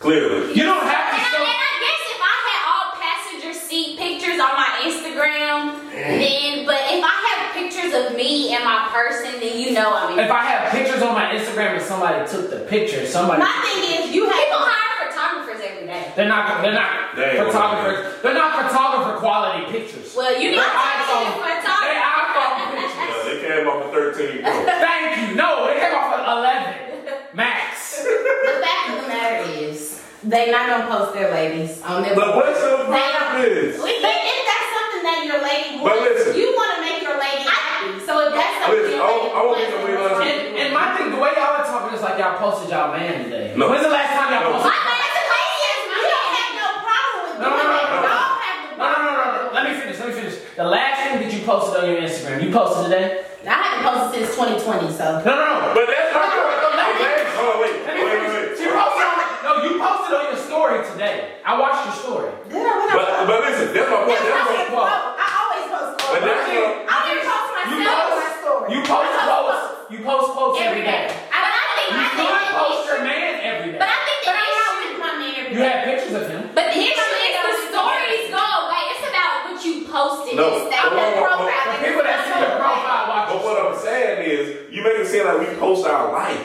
D: Clearly.
C: You don't have
E: And
C: to
E: I, and
C: show.
E: I guess if I had all passenger seat pictures on my Instagram, then but if I have pictures of me and my person, then you know I'm.
C: If I have pictures on my Instagram and somebody took the picture, somebody
G: My thing is, you
E: People
G: have.
E: hire photographers every day.
C: they're not they're not
D: They ain't gonna
C: photographers. They're not photographer quality pictures.
E: Well, you
C: They're
E: need to be a
C: iPhone. They're
E: photographer.
C: iPhone pictures.
D: Yeah, they came off a 13 bro.
C: Thank you. No, it came off at 11 max.
G: The fact of the matter is, they not gonna post their ladies on their.
D: But what's the problem
G: They-
D: is?
G: If that's something that your lady wants,
D: listen.
G: you want to make your lady happy. So if that's something
D: Listen,
G: your lady
D: I don't- I don't
G: wants,
D: think that we
G: that's
D: listen.
G: what
C: And,
G: you
C: and
G: want.
C: my thing, the way y'all are talking is like y'all posted y'all man today.
D: No.
C: When's the last time y'all
D: No.
C: posted?
G: My man, the lady is, you don't have no problem with
C: No, no,
G: doing
C: no,
G: that.
C: no, no.
G: Y'all have the
C: No, no, no, no, no. Let me finish. Let me finish. The last thing that you posted on your Instagram, you posted today?
G: I haven't posted since 2020, so.
C: No, no, no.
D: But that's not Hold on, wait.
C: Let me
D: Wait, wait,
C: finish.
D: wait.
C: She posted on. No, you posted on your story today. I watched your story.
G: Yeah, we don't-
D: But, but listen, that's my point.
G: That's
D: That's
G: what
D: my
G: I
C: what-
G: post. I always post
D: But
G: stories.
D: that's what.
G: I don't even post myself
C: You
G: on my story.
C: post. You
G: I
C: post posts. You post posts
G: every day.
E: I, but I think
C: You
E: I think
C: could
E: the
C: post
E: issue-
C: your man every
E: But I
C: day.
E: think the
G: But I'm not
E: issue.
G: with my man every
C: You
G: day.
C: had pictures of him.
E: But the issue
G: Somebody
E: is
G: got
E: the
G: to
E: stories
G: do
E: go away. It's about what you posted.
D: No.
E: It's that
G: I'm
D: But
G: not
D: what-
G: profiling.
C: The people that see your profile watch
D: But
C: your
D: what I'm saying is, you make it seem like we post our life.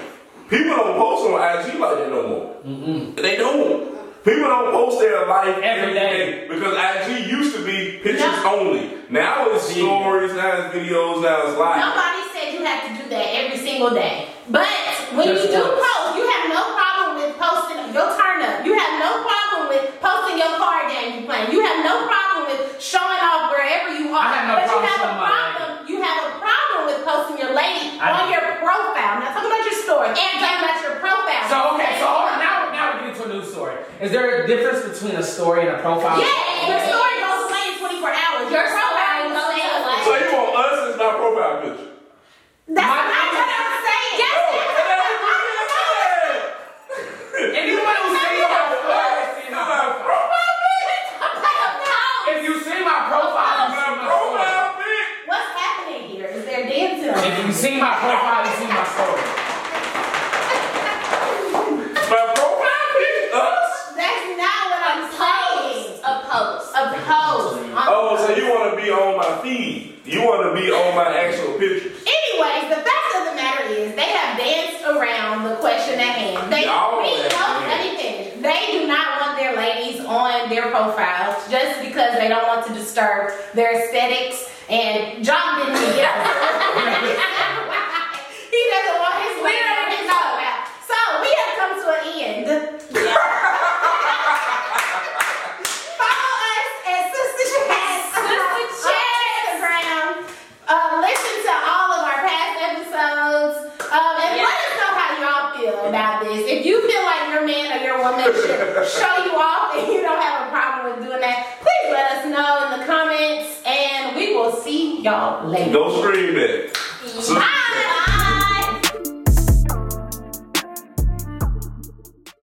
D: People don't post on IG like that no more. They don't. People don't post their life
C: Every day.
D: because IG used to be pictures only. Now it's stories, now it's videos, now it's live.
E: Nobody said you have to do that every single day. But when you
C: Just
E: do
C: once.
E: post, you have no problem with posting your turn up. You have no problem with posting your card game you playing. You have no problem with showing off wherever you are.
C: I have no
E: but
C: problem
E: you have a
C: showing my
E: problem. You have a problem with posting your lady
C: I
E: on
C: do.
E: your profile. Now talking about your story. And talking about your profile.
C: So okay, so hold on, now now we're getting to a new story. Is there a difference between a story and a profile?
E: yeah, your story goes away in 24 hours. Your profile
B: story
E: goes
B: goes
E: away.
B: away.
D: So you want us as my profile picture? Oh,
E: That's
C: My-
E: not what I'm saying. Yes,
C: If you want to see my story, see my profile.
E: Oh.
C: If you see my profile, you see my story.
E: What's happening here? Is there dancing?
C: If you see my profile, you see my story.
E: That's not what I'm saying.
B: A post.
E: A pose.
D: Oh, so you want to be on my feed? You want to be on my actual pictures?
E: Anyways, the fact of the matter is, they have danced around the question at hand. They
D: Y'all
E: we
D: have
E: know-
D: danced.
E: let me finish. They do not want their ladies on their profiles just because they don't want to disturb their aesthetics. And John didn't even get He doesn't want his literally his all about. So we have come to an end. Follow us at Sister Chats
B: Sister
E: on Instagram. Uh, listen to all of our past episodes. Um, and let us know how y'all feel about this. If you feel like your man or your woman should show you off and you don't have a problem with doing that, please let us know in the comments. And we will see y'all later. Ah!
D: Go stream it. Subscribe.